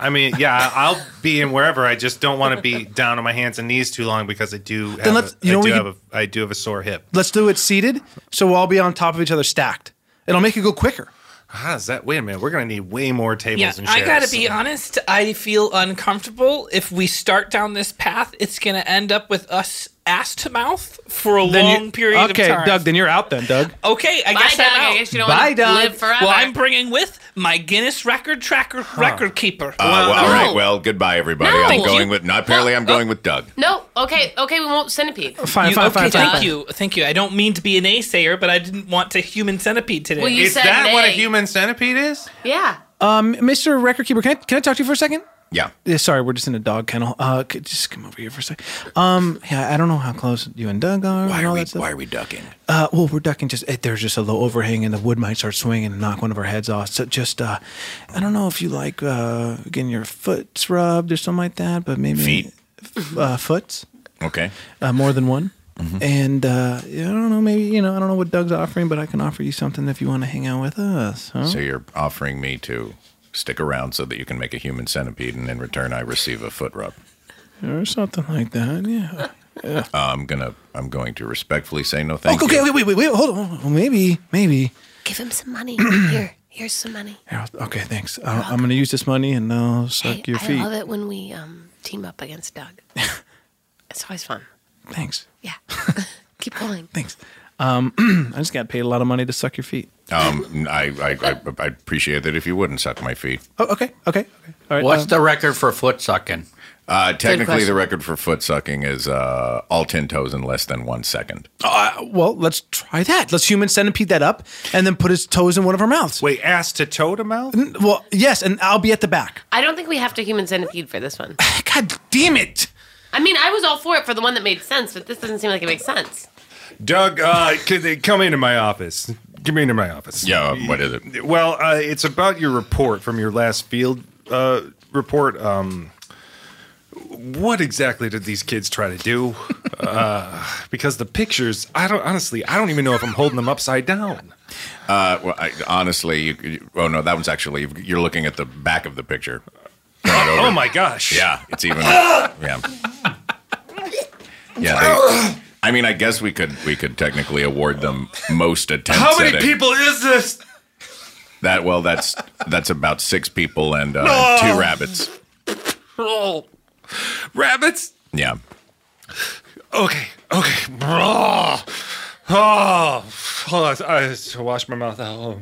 S9: I mean, yeah, I'll be in wherever. I just don't want to be [LAUGHS] down on my hands and knees too long because I do. Have
S8: let's-
S9: a,
S8: you know
S9: I
S8: we
S9: do
S8: could-
S9: have a, I do have a sore hip.
S8: Let's do it seated, so we'll all be on top of each other, stacked. It'll make it go quicker.
S9: How does Ah, that? Wait a minute. We're gonna need way more tables
S4: Yeah,
S9: and chairs.
S4: I gotta be honest. I feel uncomfortable. If we start down this path, it's gonna end up with us ass to mouth for a
S8: Then you-
S4: long period
S8: okay,
S4: of time.
S8: Doug. Then you're out. Then Doug.
S4: Okay, I guess
S5: Doug.
S4: I'm out.
S5: I guess you don't Bye, wanna Doug. live forever.
S4: Well, I'm bringing with my Guinness record tracker, record keeper.
S7: Uh, well, all right. Well, goodbye, everybody.
S5: No.
S7: I'm
S5: Thank
S7: going
S5: you.
S7: with. Not apparently, I'm going with Doug.
S5: no, okay, okay, we won't centipede.
S8: Fine,
S4: You-
S8: fine, fine,
S4: okay,
S8: fine,
S4: thank
S8: fine.
S4: you, thank you. I don't mean to be an naysayer, but I didn't want to human centipede today.
S5: Well, you
S9: Is
S5: said
S9: that what a
S5: nay.
S9: human centipede is?
S5: Yeah.
S8: Um, Mr. Record Keeper, can I, can I talk to you for a second?
S7: Yeah.
S12: Yeah, sorry, we're just in a dog kennel. Uh, could just come over here for a sec. Um, yeah, I don't know how close you and Doug are.
S7: Why
S12: and
S7: are
S12: all
S7: we?
S12: that stuff.
S7: Why are we ducking?
S12: Uh, well, we're ducking. Just eh, there's just a low overhang, and the wood might start swinging and knock one of our heads off. So just, uh, I don't know if you like uh, getting your foot rubbed or something like that, but maybe
S7: Feet.
S12: f- uh, foots,
S7: Okay.
S12: uh, more than one.
S7: Mm-hmm.
S12: And uh, yeah, I don't know, maybe you know, I don't know what Doug's offering, but I can offer you something if you want to hang out with us. Huh?
S7: So you're offering me to stick around so that you can make a human centipede, and in return, I receive a foot rub.
S12: or something like that. Yeah.
S7: Uh, I'm gonna. I'm going to respectfully say no. Thank
S12: oh, okay,
S7: you.
S12: wait, wait, wait, wait, hold on. hold on. Well, maybe, maybe.
S5: Give him some money. Here, here's some money.
S12: Here, I'll- Okay, thanks. I, I'm gonna use this money and I'll suck your
S5: I
S12: feet.
S5: love it when we um, team up against
S12: [LAUGHS]
S5: Doug. it's always fun.
S12: Thanks. [LAUGHS]
S5: Yeah. Keep going.
S12: Thanks. Um, [CLEARS THROAT] I just got paid a lot of money to suck your feet.
S7: Um, I, I, I, I appreciate that if you wouldn't suck my feet.
S12: Oh, okay, okay, okay. All right.
S3: What's
S12: um,
S3: the record for foot sucking?
S7: Uh, technically, the
S3: question.
S7: record for foot sucking is uh, all ten toes in less than one second.
S12: Uh, well, let's try that. Let's human centipede that up and then put his toes in one of our mouths. Wait, ass to toe to mouth? Well, yes, and I'll be at the back.
S5: I don't think we have to human centipede for this one.
S12: [LAUGHS] God damn it!
S5: I mean, I was all for it for the one that made sense, but this doesn't seem like it makes sense.
S9: Doug, uh, could they come into my office. Come into my office.
S7: Yeah, um, what is it?
S9: Well, uh, it's about your report from your last field uh, report. Um, what exactly did these kids try to do? Uh, because the pictures, I don't honestly, I don't even know if I'm holding them upside down.
S7: Uh, well, I, honestly, you, you- oh no, that one's actually you're looking at the back of the picture.
S9: [LAUGHS]
S7: oh
S9: my gosh!
S7: Yeah,
S9: [LAUGHS]
S7: it's even. yeah. Yeah. they- I mean, I guess we could we could technically award them most attempts.
S9: How many
S7: at it.
S9: people is this?
S7: That well, that's that's about six people and uh,
S9: No.
S7: two rabbits.
S9: Oh, rabbits.
S7: Yeah.
S9: Okay, okay. Oh, oh. hold on. I have to wash my mouth out. Oh.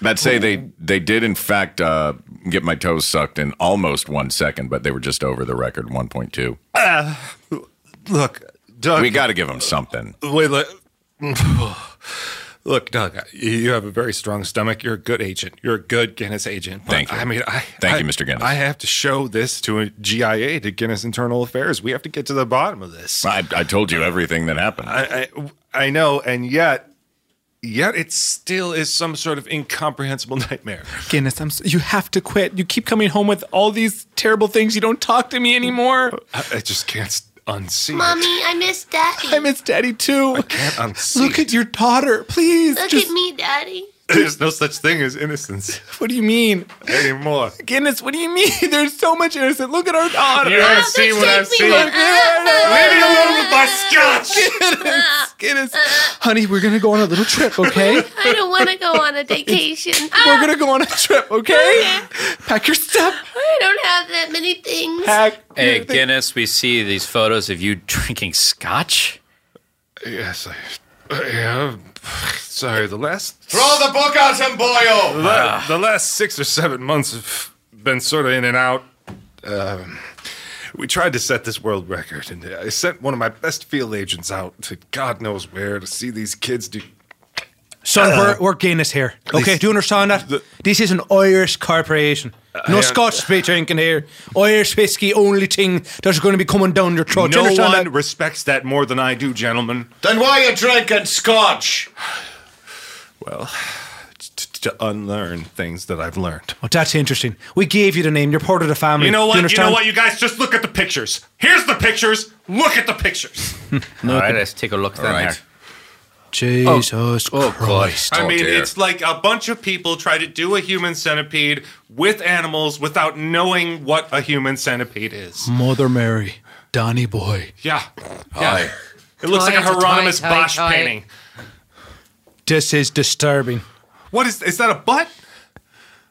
S7: That say they they did in fact uh, get my toes sucked in almost one second, but they were just over the record one point two.
S9: Uh, look, Doug.
S7: We got to give them something.
S9: Wait, look. [SIGHS] Look, Doug, you have a very strong stomach. You're a good agent. You're a good Guinness agent. But,
S7: Thank you.
S9: I mean, I
S7: Thank
S9: I-
S7: you, Mr. Guinness.
S9: I have to show this to a GIA, to Guinness Internal Affairs. We have to get to the bottom of this.
S7: I, I told you everything that happened.
S9: I, I I know, and yet, yet it still is some sort of incomprehensible [LAUGHS] nightmare.
S12: Guinness, I'm, s- you have to quit. You keep coming home with all these terrible things. You don't talk to me anymore.
S9: I, I just can't unsee
S5: [LAUGHS] Mommy,
S9: it.
S5: I miss Daddy. I
S12: miss Daddy too.
S9: I can't unsee
S12: Look
S9: it.
S12: at your daughter, please.
S5: Look
S12: just-
S5: at me, Daddy.
S9: [LAUGHS] There's no such thing as innocence
S12: What do you mean?
S9: anymore.
S12: Guinness, what do you
S6: [LAUGHS]
S12: mean? There's so much innocent. Look at our daughter.
S9: You haven't seen what I've seen. Leave me alone with my scotch.
S6: [LAUGHS]
S12: Guinness, Guinness. Honey, we're going to go on a little trip, okay?
S5: [LAUGHS] I don't want to go on a vacation.
S12: We're going to go on a trip, okay? Pack your stuff.
S5: I don't have that many things.
S3: Hey, Guinness, we see these photos of you drinking scotch.
S9: Yes, I, I am. Sorry, the last
S7: Throw the book at him,
S9: the,
S7: boyo.
S9: la- the last six or seven months have been sort of in and out. Um, we tried to set this world record, and I sent one of my best field agents out to God knows where to see these kids do.
S12: Son,
S9: Uh,
S12: we're, we're Guinness here. Okay, do you understand that? this is an Irish corporation. No
S9: I-
S12: Scotch whiskey drinking here. Irish whiskey only thing that's going to be coming down your throat. Do you
S9: no
S12: understand
S9: one respects that more than I do, gentlemen.
S7: Then why are you drinking scotch?
S9: [SIGHS] Well, t- t- to unlearn things that I've learned.
S12: Well, Oh, that's interesting. We gave you the name. You're part of the family.
S9: You know
S12: Do
S9: what? You know
S12: understand?
S9: what? You guys just look at the pictures. Here's the pictures. Look at the pictures.
S3: All right, let's take a look at
S9: All right. Oh.
S3: that.
S12: Jesus Christ. oh,
S9: I mean,
S3: Oh,
S9: it's like a bunch of people try to do a human centipede with animals without knowing what a human centipede is.
S12: Mother Mary, Donny Boy,
S9: Yeah. yeah. It looks like a
S12: Toy, toy,
S9: Hieronymus
S12: toy,
S9: Bosch
S12: toy.
S9: painting.
S12: this is disturbing.
S9: What is is that a butt?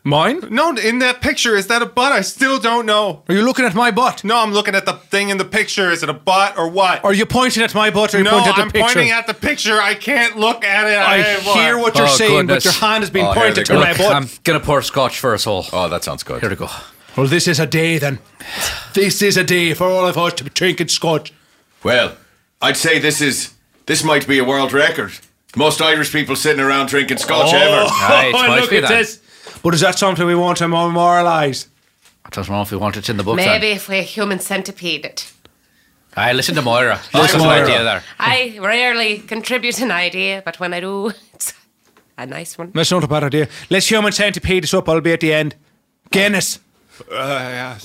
S12: Mine?
S9: No, in that picture, is that a butt? I still don't know.
S12: Are you looking at my butt?
S9: No, I'm looking at the thing in the picture. Is it a butt or what?
S12: Are you pointing at my butt or are you
S9: no,
S12: pointing at the
S9: I'm
S12: picture?
S9: pointing at the picture. I can't look at it.
S12: I hear what you're Oh, saying, but goodness. your hand is being Oh, here pointed they to go. my butt.
S3: I'm gonna pour scotch for us all.
S7: Oh, that sounds good. Here
S3: we go.
S12: Well, this is a day then. [SIGHS] This is a day for all of us to be drinking scotch.
S7: Well, I'd say this is this might be a world record. Most Irish people sitting around
S9: Oh. [LAUGHS]
S7: drinking scotch ever.
S12: But is that something we want to memorialise?
S3: I don't know if we want it in the book.
S5: Maybe
S3: Then.
S5: if we're human centipede it.
S3: I listen to Moira.
S12: [LAUGHS]
S3: Lots
S5: Listen
S3: of
S5: to Moira.
S3: idea there.
S5: I rarely contribute an idea, but when I do, [LAUGHS] it's a nice one.
S6: That's not a bad idea. Let's human centipede this up. I'll be at the end. Guinness.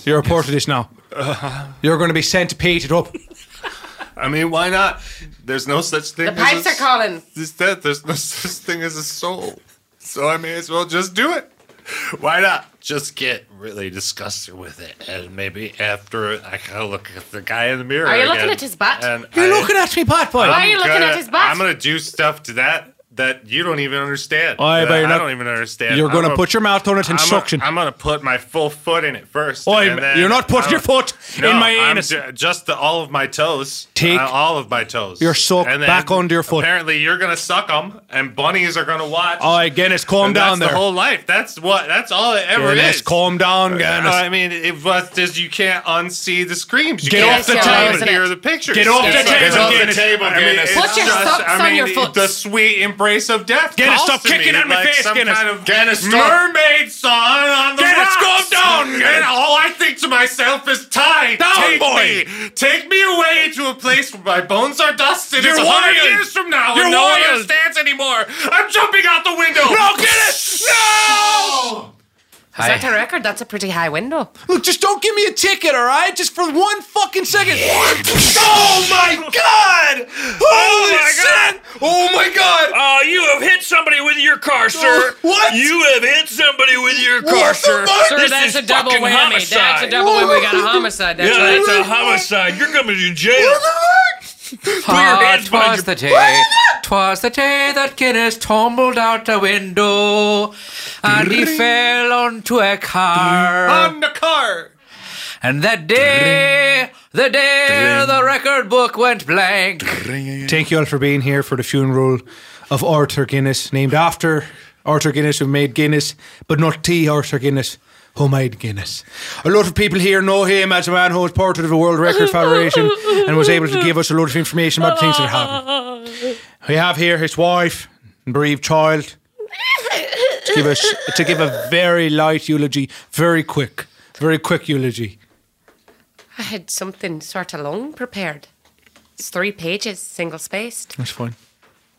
S6: You're a part of this now.
S12: Um,
S6: You're going to be centipeded up.
S9: I mean, why not? There's no such thing.
S5: The pipes are
S9: as a,
S5: calling.
S9: There's that. There's no [LAUGHS] such thing as a soul. So I may as well just do it. Why not? Just get really disgusted with it, and maybe after I gotta look at the guy in the mirror.
S5: Are you looking
S9: again,
S5: at his butt?
S12: Uh,
S9: And
S5: You're
S9: I-
S5: looking at me, butt boy. Why are you
S9: I'm
S5: looking at
S9: gonna-
S5: his butt?
S9: I'm gonna do stuff to that that you don't even understand.
S6: Aye, but
S9: that
S6: you're
S9: I
S6: not-
S9: don't even understand.
S6: You're
S9: I'm
S6: going to put your mouth on it and
S9: I'm
S6: suction.
S9: i am I'm gonna put my full foot in it first.
S6: Oi,
S9: and then
S6: you're not putting
S9: I'll-
S6: your foot in
S9: No,
S6: my
S9: I'm
S6: anus.
S9: ju- just the, all of my toes.
S6: Take
S9: Uh, all of my toes.
S6: your sock
S9: And then
S6: back under your foot.
S9: Apparently, you're gonna suck them, and bunnies are gonna watch.
S6: Aye, Guinness, calm
S9: and
S6: down
S9: that's The
S6: there.
S9: whole life. That's what. That's all it ever
S6: Guinness,
S9: is.
S6: calm down, Guinness.
S9: Uh, I mean, it was just you can't unsee the screams. You
S6: Get
S9: can't
S6: off the
S9: stop
S6: table.
S9: and hear the pictures.
S6: Get off the
S9: It's like-
S6: table,
S9: Get off the
S6: Guinness.
S9: table,
S6: I mean,
S9: Guinness.
S6: Put your
S9: Just-
S6: socks
S9: I
S6: on
S9: mean,
S6: your foot.
S9: The sweet embrace of death.
S6: Guinness,
S9: calls
S6: stop
S9: to me
S6: kicking at my
S9: like
S6: face,
S9: some
S6: Guinness.
S9: Kind of
S6: Guinness, stop.
S9: mermaid song on the
S6: Guinness,
S9: rocks.
S6: calm down, Guinness.
S9: And all I think to myself is, "Time,
S6: Down,
S9: take
S6: boy.
S9: me, take me away to a place where my bones are dusted.
S6: You're
S9: it's a hundred
S6: wild.
S9: years from now,
S6: You're
S9: and no one
S6: wild.
S9: understands anymore. I'm jumping out the window.
S6: No,
S9: Guinness, no.
S5: Is that a record? That's a pretty high window.
S6: Look, just don't give me a ticket, all right? Just for one fucking second.
S9: [LAUGHS] Oh my god!
S6: Holy
S4: my
S6: shit!
S9: Oh my god!
S4: Oh, you have hit somebody with your car, sir.
S6: what?
S4: You have hit somebody with your
S6: What
S4: car,
S6: the
S4: sir.
S6: fuck?
S4: This
S6: Sir, that's
S4: is
S6: a double
S4: fucking
S6: whammy.
S4: homicide.
S6: That's a double whammy. We got a homicide, that's
S4: yeah,
S6: right.
S4: that's a homicide. You're coming to jail.
S3: Put Ah, twas the day, twas the day that Guinness tumbled out the window, and he fell onto a
S12: Mm,
S3: car.
S9: On the car.
S3: And that day, the day the record book went blank.
S6: Thank you all for being here for the funeral of Arthur Guinness, named after Arthur Guinness, who made Guinness, but not T. Arthur Guinness, who made Guinness. A lot of people here know him as a man who was part of the World
S9: [LAUGHS]
S6: Record Federation and was able to give us a lot of information about things that happened. We have here his wife and bereaved child to give us to give a very light eulogy, very quick, very quick eulogy.
S5: I had something sort of long prepared. It's three pages, single spaced.
S6: That's fine,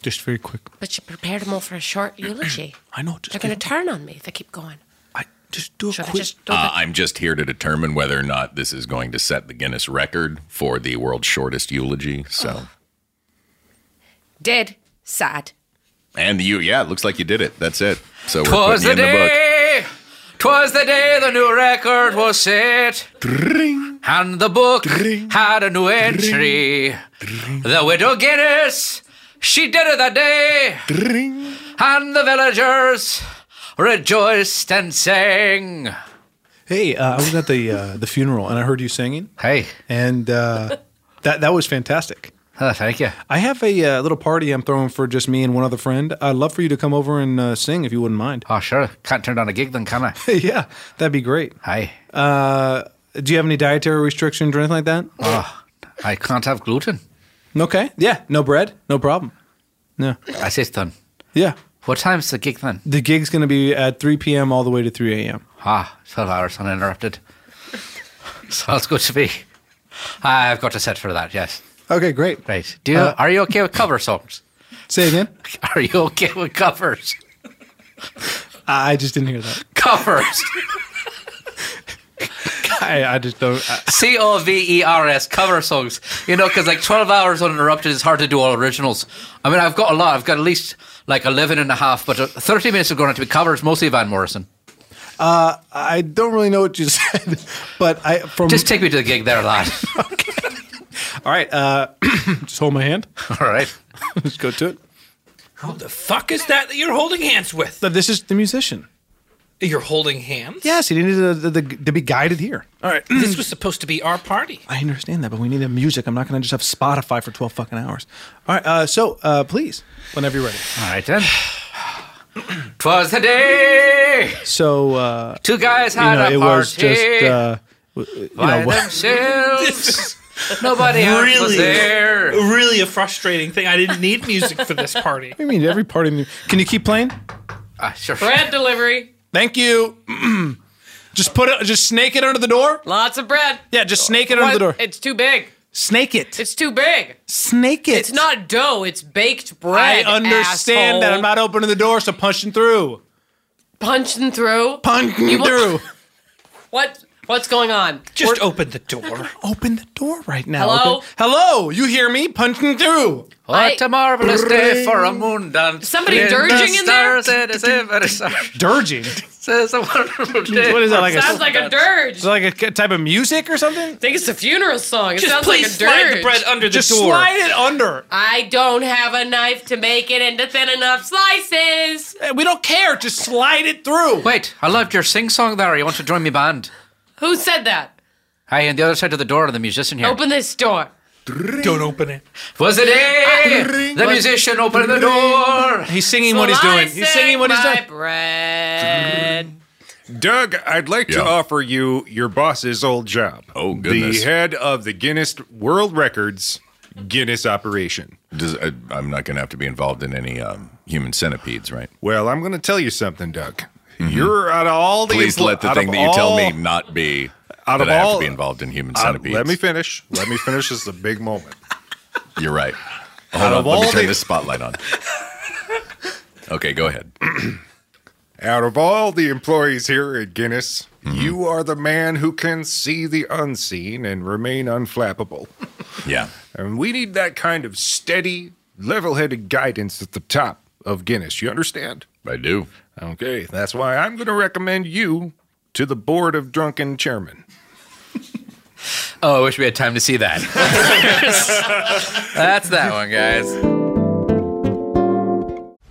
S6: just very quick.
S5: But you prepared them all for a
S6: [CLEARS THROAT]
S5: short eulogy.
S6: I know. Just
S5: They're going to turn on me if they keep going. I
S6: just do
S5: a Should I just do
S7: Uh,
S5: that?
S7: I'm just here to determine whether or not this is going to set the Guinness record for the world's shortest eulogy. So,
S5: Dead, sad.
S7: and you, yeah, it looks like you did it. That's it. So we're
S3: Twas
S7: putting you
S3: the
S7: in the book.
S3: day, twas the day the new record was set. And the book had a new entry. The widow Guinness, she did it that day. And the villagers rejoiced and sang.
S6: Hey, uh, I was at the uh, the funeral and I heard you singing.
S3: Hey,
S6: and uh, that that was fantastic.
S3: Oh, thank you.
S6: I have a uh, little party I'm throwing for just me and one other friend. I'd love for you to come over and uh, sing if you wouldn't mind.
S3: Oh, sure. Can't turn down a gig then, can I?
S6: [LAUGHS] yeah, that'd be great.
S3: Hi.
S6: Uh, do you have any dietary restrictions or anything like that?
S3: Oh, I can't have gluten.
S6: Okay. Yeah, no bread, no problem. No.
S3: I said done.
S6: Yeah.
S3: What time's the gig then?
S6: The gig's going to be at 3 p.m. all the way to 3 a.m.
S3: Ah, 12 hours uninterrupted. Sounds good to me. I've got a set for that, yes.
S6: Okay, great.
S3: Great. Do you,
S6: Uh,
S3: are you okay with cover songs?
S6: Say again.
S3: [LAUGHS] Are you okay with covers?
S6: I I just didn't hear that.
S3: Covers.
S6: [LAUGHS] I, I just don't. I,
S3: C O V E R S, cover songs. You know, because like 12 hours uninterrupted is hard to do all originals. I mean, I've got a lot. I've got at least like 11 and a half, but uh, 30 minutes are going to be covers, mostly Van Morrison.
S6: uh, I don't really know what you [LAUGHS] said, but I from
S3: Just take me to the gig there, lad.
S6: all right.
S8: [CLEARS THROAT]
S6: Uh, just hold my hand.
S3: [LAUGHS] All
S8: [LAUGHS]
S3: right.
S6: Let's go to it.
S4: Who the fuck is that that you're holding hands with?
S6: But This is the musician.
S4: You're holding hands?
S6: Yes, Mm. he needed to, to, to be guided here. All right.
S4: this was supposed to be our party.
S6: I understand that, but we need the music. I'm not going to just have Spotify for 12 fucking hours. All right. Uh, so uh, please, whenever you're ready.
S3: All
S12: [SIGHS]
S3: right, then. Twas the day.
S6: So uh,
S3: Two guys had
S6: you know,
S3: a
S6: it was
S3: party.
S6: just uh, w- you
S3: by
S6: know what-
S10: [LAUGHS]
S3: themselves.
S4: [LAUGHS]
S3: Nobody else was there.
S4: Really a frustrating thing. I didn't need music for this party.
S6: I mean, every part of the. Can you keep playing?
S3: Ah, sure.
S8: [CLEARS THROAT]
S4: Bread
S5: delivery.
S6: Thank you.
S12: Just put it. Just snake it under the door.
S16: Lots of bread.
S12: Yeah, just snake it under the door.
S16: It's too big.
S12: Snake it.
S16: It's too big.
S12: Snake it.
S16: It's not dough. It's baked bread.
S12: I understand that I'm not opening the door, so punching through.
S16: punching through.
S12: Punching
S16: You wa-
S12: through.
S16: [LAUGHS] What? What's going on?
S12: Just open the door. Open the door right now.
S16: Hello?
S12: Okay. Hello. You hear me? Punching through.
S16: What I- a
S3: marvelous day for a moon dance.
S16: Somebody
S3: In
S16: dirging
S3: the
S16: in there?
S3: stars It is ever [LAUGHS] so.
S12: Dirging.
S3: It's a wonderful day.
S12: What is that, like a-
S16: Sounds like a dirge.
S12: Is it like a k- type of music or something? I
S16: think it's a funeral song. It
S12: Just
S16: sounds like
S12: please
S16: a
S12: slide
S16: dirge.
S12: the bread under the Just door. slide
S5: [CLEARS THROAT]
S12: it under.
S16: I don't have a knife to make it into thin enough slices.
S12: We don't care. Just slide it through.
S3: Wait, I loved your sing song there. You want to join me band?
S16: Who said that?
S3: Hi, on the other side of the door, the musician here.
S16: Open this door.
S12: Don't open it.
S3: Was it
S16: I-
S3: A? The
S16: Was-
S3: musician opened the door.
S12: He's singing
S16: So
S12: what he's
S16: I
S12: doing. He's singing what he's
S16: my
S12: doing.
S16: Bread.
S9: Doug, I'd like to
S16: Yeah.
S9: offer you your boss's old job. Oh,
S7: goodness.
S9: The head of the Guinness World Records Guinness operation.
S7: Does, I, I'm not going to have to be involved in any um, human centipedes, right?
S9: Well, I'm going to tell you something, Doug. You're out of all the
S7: Please
S9: emplo-
S7: let the
S9: out of
S7: thing that you tell me
S9: all-
S7: not be
S9: out
S7: that
S9: of
S7: I have
S9: all-
S7: to be involved in human
S9: Uh,
S7: centipedes.
S9: let me finish. Let me finish. This is a big moment.
S7: You're right. Hold
S9: Out
S7: on,
S9: of
S7: let me
S9: all
S7: turn
S9: the-
S7: this
S9: [LAUGHS]
S7: spotlight on. Okay, go ahead.
S9: Out of all the employees here at Guinness,
S7: Mm-hmm.
S9: you are the man who can see the unseen and remain unflappable. [LAUGHS]
S7: Yeah.
S9: And we need that kind of steady, level headed guidance at the top of Guinness. You understand?
S7: I do.
S9: Okay. That's why I'm going to recommend you to the board of drunken chairmen.
S3: Oh, I wish we had time to see that. [LAUGHS] That's that one, guys.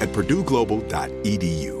S11: at purdueglobal.edu.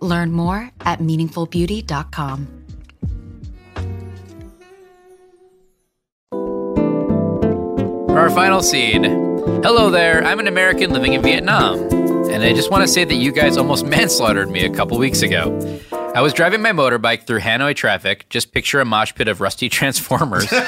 S15: Learn more at meaningfulbeauty.com.
S3: For our final seed, hello there, I'm an American living in Vietnam, and I just want to say that you guys almost [LAUGHS] manslaughtered me a couple weeks ago. I was driving my motorbike through Hanoi traffic, just picture a mosh pit of rusty [LAUGHS] Transformers. with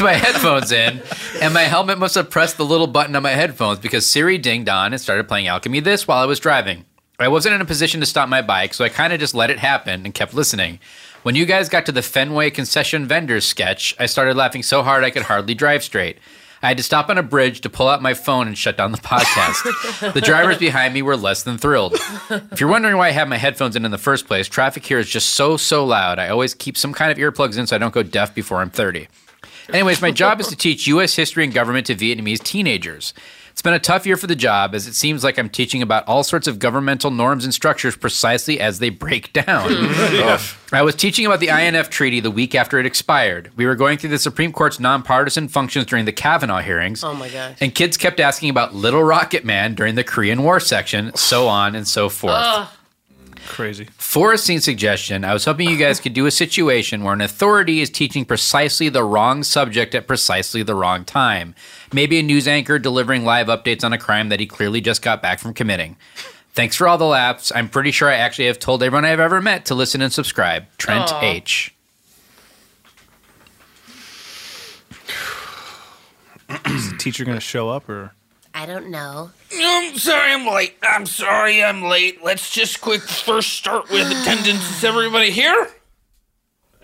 S3: my headphones in, and my helmet must have pressed the little button on my headphones because Siri dinged on and started playing Alchemy This while I was driving. I wasn't in a position to stop my bike, so I kind of just let it happen and kept listening. When you guys got to the Fenway concession vendors sketch, I started laughing so hard I could hardly drive straight. I had to stop on a bridge to pull out my phone and shut down the [LAUGHS] podcast. [LAUGHS] the
S7: [LAUGHS]
S3: drivers behind Oh. me were less than thrilled. If you're wondering why I have my headphones in in the first place, traffic here is just so, so loud. I always keep some kind of earplugs in so I don't go deaf before I'm 30. Anyways, my job is to teach U.S. history and government to Vietnamese teenagers. It's been a tough year for the job, as it seems like I'm teaching about all sorts of governmental norms and structures precisely as they break down.
S17: Yeah.
S3: I was teaching about the INF Treaty the week after it expired. We were going through the Supreme Court's nonpartisan functions during the Kavanaugh hearings.
S17: Oh my gosh.
S3: And kids kept asking about Little Rocket Man during the Korean War section, so on and so forth.
S5: Oh.
S17: Ugh.
S8: Crazy.
S3: For a scene suggestion, I was hoping you guys could do a situation where an authority is teaching precisely the wrong subject at precisely the wrong time. Maybe a news anchor delivering live updates on a crime that he clearly just got back from committing. Thanks for all the laps. I'm pretty sure I actually have told everyone I've ever met to listen and subscribe. Trent
S17: Aw.
S3: H.
S8: Is the teacher going to show up or?
S16: I don't know.
S4: I'm sorry I'm late. I'm sorry I'm late. Let's just quick first start with attendance. Is everybody here?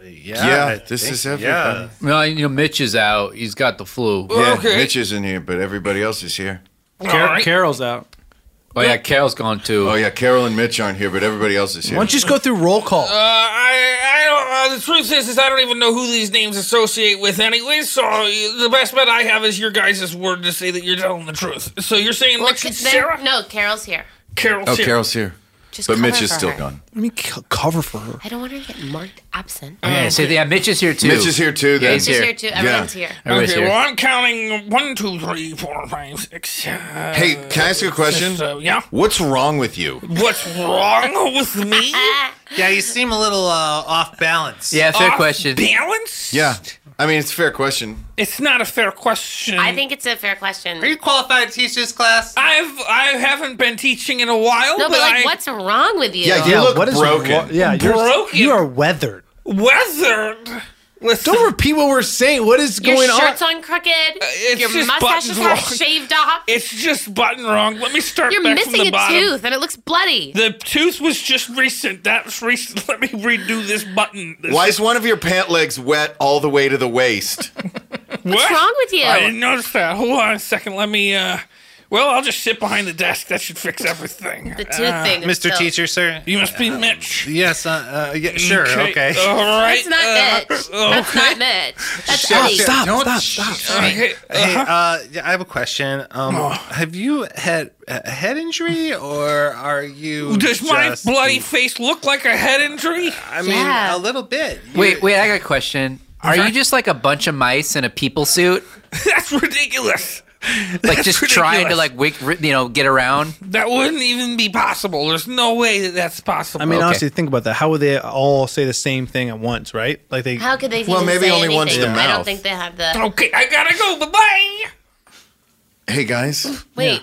S7: Yeah, this is everybody.
S3: Well, you know, Mitch is out. He's got the flu.
S7: Yeah, Mitch is in here, but everybody else is here.
S8: Car- Carol's out.
S3: Oh yeah, Carol's gone too.
S7: Oh yeah, Carol and Mitch aren't here, but everybody else is
S8: Why
S7: here.
S8: don't you just go through roll call?
S4: Uh, I, I don't. Uh, the truth is, is I don't even know who these names associate with, anyway. So uh, the best bet I have is your guys' word to say that you're telling the truth. So you're saying
S16: Well,
S4: Lex and
S16: c- they're-
S4: Sarah?
S16: No, Carol's here.
S4: Carol's
S7: Oh,
S4: here.
S7: Carol's here.
S16: Just
S7: but Mitch
S16: cover
S7: is
S16: for
S7: still
S16: her.
S7: gone.
S8: I mean, c- cover for her.
S16: I don't want her to get marked absent.
S3: Yeah, so yeah, Mitch is here too.
S7: Mitch is here too,
S3: Yeah,
S7: then.
S3: he's
S16: Mitch is
S3: here.
S16: here, too. Everyone's here.
S3: Everybody's
S4: okay,
S3: here.
S4: well, I'm counting one, two, three, four, five, six. Uh,
S7: Hey, can I ask you a question?
S9: uh,
S4: So, yeah.
S7: What's wrong with you?
S4: What's wrong with me?
S6: [LAUGHS] Yeah, you seem a little uh, off balance.
S7: Yeah, fair
S4: Off
S7: question.
S4: Balance?
S7: Yeah, I mean it's a fair question.
S4: It's not a fair question.
S16: I think it's a fair question.
S4: Are you qualified to teach this class? I've I haven't been teaching in a while.
S16: No, but
S4: I-
S16: like, what's wrong with you?
S8: wrong- yeah, you're,
S4: Broken.
S8: You are weathered.
S4: Weathered.
S8: Don't repeat what we're saying. What is
S16: Your
S8: going
S16: shirt's
S8: on?
S16: on, crooked. Your
S4: just
S16: mustache
S4: buttons
S16: is half
S4: wrong.
S16: shaved off.
S4: It's just button wrong. Let me start.
S16: You're
S4: back from
S16: missing
S4: the
S16: a
S4: bottom.
S16: tooth, and it looks bloody.
S4: The tooth was just recent. That's recent. [LAUGHS] Let me redo this button. This
S7: Why is one of your pant legs wet all the way to
S9: [LAUGHS]
S7: the waist?
S4: What's
S16: wrong with you?
S4: I didn't notice that. Hold on a second. Let me. uh Well, I'll just sit behind the desk. That should fix everything. Uh,
S16: The
S6: tooth thing is Mr. still- Teacher, sir.
S4: You must be Mitch.
S6: Yes, uh, uh, yeah, sure, okay.
S4: All right. uh,
S16: That's not Mitch. That's not Mitch. That's Eddie.
S6: stop,
S16: stop.
S6: Hey, uh, yeah, I have a question. Um,
S8: Oh.
S6: have you had a head injury, or are you?
S4: Does my
S6: just-
S4: bloody face look like a head injury?
S6: I mean, Yeah. a little bit.
S3: Wait, wait, I got a question. Are you just like a bunch of mice in a people suit?
S4: That's ridiculous.
S3: Like just trying to
S4: ridiculous.
S3: like wig, ri- you know, get around?
S4: That wouldn't even be possible. There's no way that that's possible.
S8: I mean, honestly, think about that. How would they all say the same thing at once, right? Like they.
S16: How could they even say anything? I don't think they have the.
S4: Okay, I gotta go. Bye bye.
S7: Hey guys,
S16: Wait,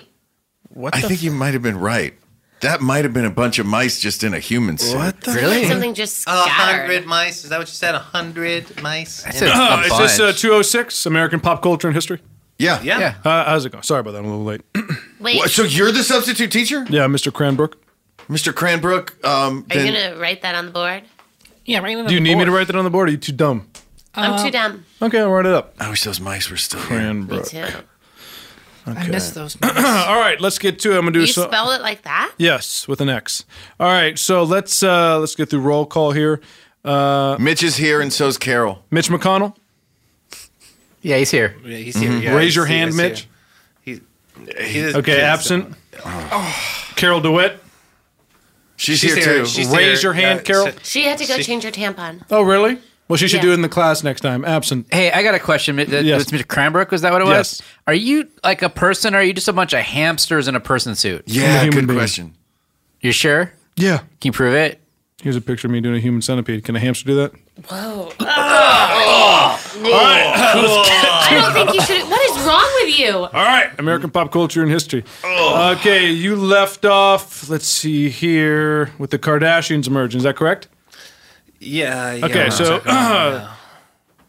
S8: what?
S7: I think you might have been right. That might have been a bunch of mice just in a human suit. What
S6: the
S16: something just
S6: A
S16: scattered.
S6: hundred mice. Is that what you said? A hundred mice.
S8: Uh, [CLEARS THROAT] is this uh, 206 American pop culture and history?
S7: Yeah,
S6: Yeah. Yeah.
S8: Uh, how's it going? Sorry about that. I'm a little late. [CLEARS THROAT]
S16: wait.
S7: you're the substitute teacher?
S8: Yeah, Mr. Cranbrook.
S7: Mr. Cranbrook, um,
S16: Are you gonna write that on the board?
S4: Yeah, right.
S8: do you need me to write that on the board? Uh, Or are you too dumb?
S16: I'm too dumb.
S8: Okay, I'll write it up.
S7: I wish those mice were still
S16: Me
S8: Cranbrook.
S16: too.
S8: Okay. [CLEARS THROAT]
S16: those.
S8: all right, let's get to. it. I'm gonna do
S16: you
S8: so.
S16: spell it like that?
S8: Yes, with an X. All right, so let's uh let's get through roll call here. Uh,
S7: Mitch is here, and so's Carol.
S8: Mitch McConnell.
S3: Yeah, he's here.
S6: Yeah, he's here.
S8: Mhm.
S6: Yeah,
S8: Raise your
S6: he's here,
S8: hand,
S6: he's
S8: Mitch.
S6: here. He, he is-
S8: Okay,
S6: he is-
S8: absent.
S7: Oh.
S8: Carol DeWitt.
S7: She's,
S6: here, too. She's here.
S8: Raise your hand,
S6: Yeah,
S8: Carol.
S5: She had to go change her tampon.
S8: Oh, really? Well, she should
S5: Yeah.
S8: do it in the class next time. Absent.
S3: Hey, I got a question. Mi- th-
S8: Yes.
S3: Mr. Cranbrook, was that what it was? Are you like a person or are you just a bunch of hamsters in a person suit?
S8: Yeah, I'm a human good being. question.
S3: You sure?
S8: Yeah. Can
S3: you prove it?
S8: Here's a picture of me doing a human centipede. Can a hamster do that?
S5: Whoa.
S8: I
S5: I don't think you should. What is wrong with you?
S8: All right, Oh. American pop culture and history. Okay, you left off. Let's see here with the Kardashians emerging. Is that correct?
S6: Yeah. yeah
S8: okay,
S6: I'm
S8: so
S6: sorry. Yeah.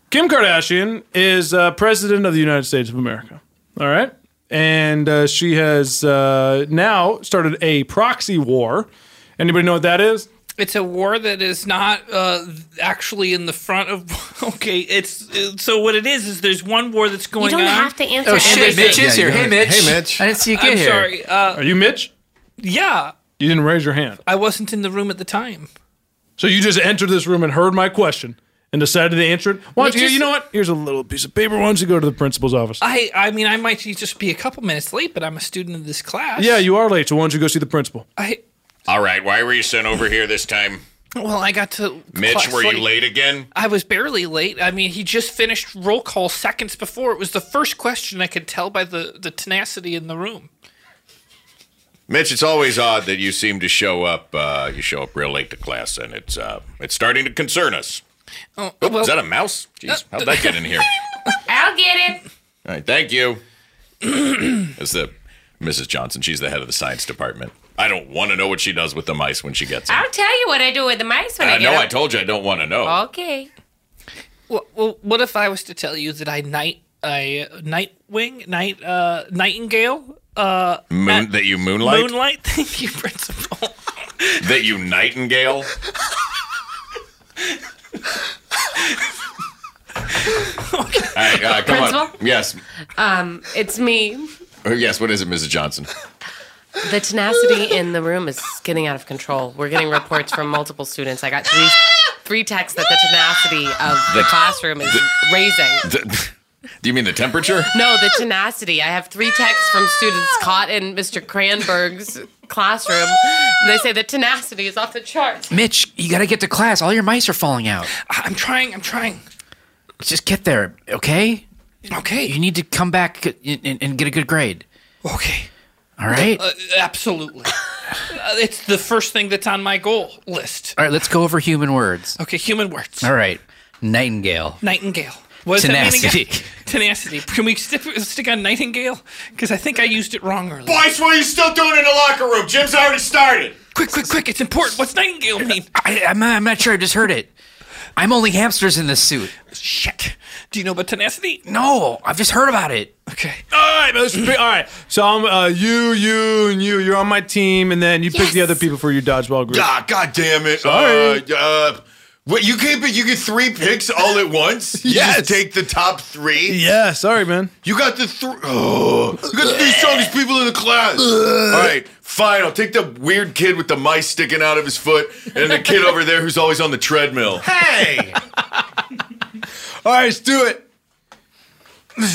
S8: Kim Kardashian is uh, president of the United States of America. All right, and uh, she has uh, now started a proxy war. Anybody know what that is?
S4: It's a war that is not uh, actually in the front of. [LAUGHS] Okay, it's uh, so what it is is there's one war that's going on.
S5: don't have to answer
S3: Oh, shit, Mitch is here. Hey, Mitch.
S4: Mitch.
S3: I didn't see you get
S4: I'm
S3: here.
S4: sorry. Uh,
S8: Are you Mitch?
S4: Yeah,
S8: You didn't raise your hand.
S4: I wasn't in the room at the time.
S8: So you just entered this room and heard my question and decided to answer it. Why don't you,
S4: Mitch is-
S8: you know what? Here's a little piece of paper. Why don't you go to the principal's office?
S4: I I mean I might just be a couple minutes late, but I'm a student of this class.
S8: yeah, you are late, so why don't you go see the principal?
S4: I
S17: All right, why were you sent over here this time?
S4: well I got to
S17: Mitch,
S4: class
S17: were you late again?
S4: I was barely late. I mean, he just finished roll call seconds before. It was the first question I could tell by the, the tenacity in the room.
S17: Mitch, it's always odd that you seem to show up. Uh, you show up real late to class, and it's uh, it's starting to concern us.
S4: Oh,
S17: Oop,
S4: well,
S17: is that a mouse? Jeez, how'd that get in here?
S5: I'll get it.
S17: All right, thank you. [CLEARS THROAT] That's the Mrs. Johnson. She's the head of the science department. I don't want to know what she does with the mice when she gets.
S5: I'll tell you what I do with the mice when I,
S17: I
S5: get
S17: know. I
S5: home.
S17: told you I don't want to know.
S5: Okay.
S4: Well, well, what if I was to tell you that I night I uh, Nightwing, night uh, Nightingale, uh,
S17: Moon that you moonlight.
S4: Moonlight? [LAUGHS] Thank you, Principal.
S17: That you nightingale. All right, uh, come on.
S5: Principal?
S17: Yes,
S5: Um, it's me.
S17: Uh, yes. What is it, Mrs. Johnson?
S5: The tenacity in the room is getting out of control. We're getting reports from multiple students. I got three three texts that the tenacity of the,
S17: The-
S5: classroom is raising.
S17: The- do you mean the temperature?
S5: No, the tenacity. I have three texts from students caught in Mr. Cranberg's classroom. They say the tenacity is off the charts.
S3: Mitch, you got to get to class. All your mice are falling out.
S4: I'm trying. I'm trying.
S3: Just get there, okay?
S4: Okay.
S3: You need to come back uh, and, and- and get a good grade.
S4: Okay.
S3: All right.
S4: Uh, absolutely. Uh, it's the first thing that's on my goal list.
S3: All right, let's go over human words.
S4: Okay, human words.
S3: All right. Nightingale.
S4: Nightingale. What does that mean
S3: Tenacity.
S4: again? Tenacity. Can we stick, stick on Nightingale? Because I think I used it wrong earlier.
S17: Boys, what are you still doing in the locker room? Jim's already started.
S4: Quick, quick, quick. It's important. What's Nightingale mean?
S3: Uh, I, I'm, not, I'm not sure. I just heard it. I'm only hamsters in this suit.
S4: Shit. Do you know about tenacity?
S3: No, I've just heard about it.
S4: Okay.
S8: All right, those- all right. So I'm uh, you, you, and you. You're on my team, and then you pick the other people for your dodgeball group.
S7: Ah, God damn it.
S8: Sorry.
S7: Uh, uh, what, you can't be, you get three picks all at once? You
S8: Yes.
S7: just take the top three?
S8: Yeah, sorry, man.
S7: You got the three. Oh, you got the three strongest people in the class. All right, fine. I'll take the weird kid with the mice sticking out of his foot and the kid over there who's always on the treadmill.
S8: Hey. all right, let's do it. [SIGHS]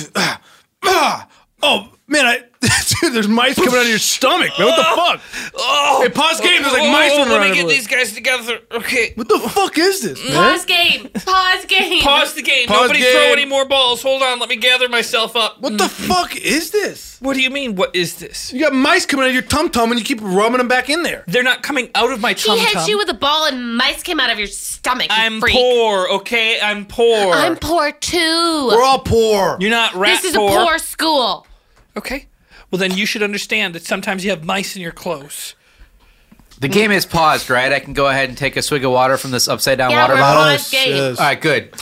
S8: Ah, oh man, I, [LAUGHS] dude, there's mice coming out of your stomach, man. What the fuck?
S4: Oh.
S8: Hey, pause game. There's like
S4: Oh,
S8: mice running
S4: Let
S8: around
S4: me get
S8: everywhere.
S4: these guys together. Okay.
S8: What the fuck is this, man?
S5: Pause game. Pause game.
S4: Pause the game.
S8: Pause
S4: Nobody
S8: game.
S4: throw any more balls. Hold on. Let me gather myself up. Mm-hmm.
S12: What the fuck is this?
S4: What do you mean? What is this?
S12: You got mice coming out of your tum tum, and you keep rubbing them back in there.
S4: They're not coming out of my
S5: He
S4: tum
S5: hit you
S4: tum.
S5: with a ball and mice came out of your stomach. you
S4: I'm
S5: freak.
S4: poor. Okay, I'm poor.
S5: I'm poor too.
S12: poor.
S4: You're not rat
S5: This is a poor school.
S4: Okay. Well, then you should understand that sometimes you have mice in your clothes.
S3: The game is paused, right? I can go ahead and take a swig of water from this upside down
S4: Yeah,
S3: water
S4: we're
S3: bottle.
S4: paused game. Yes.
S3: All right, good.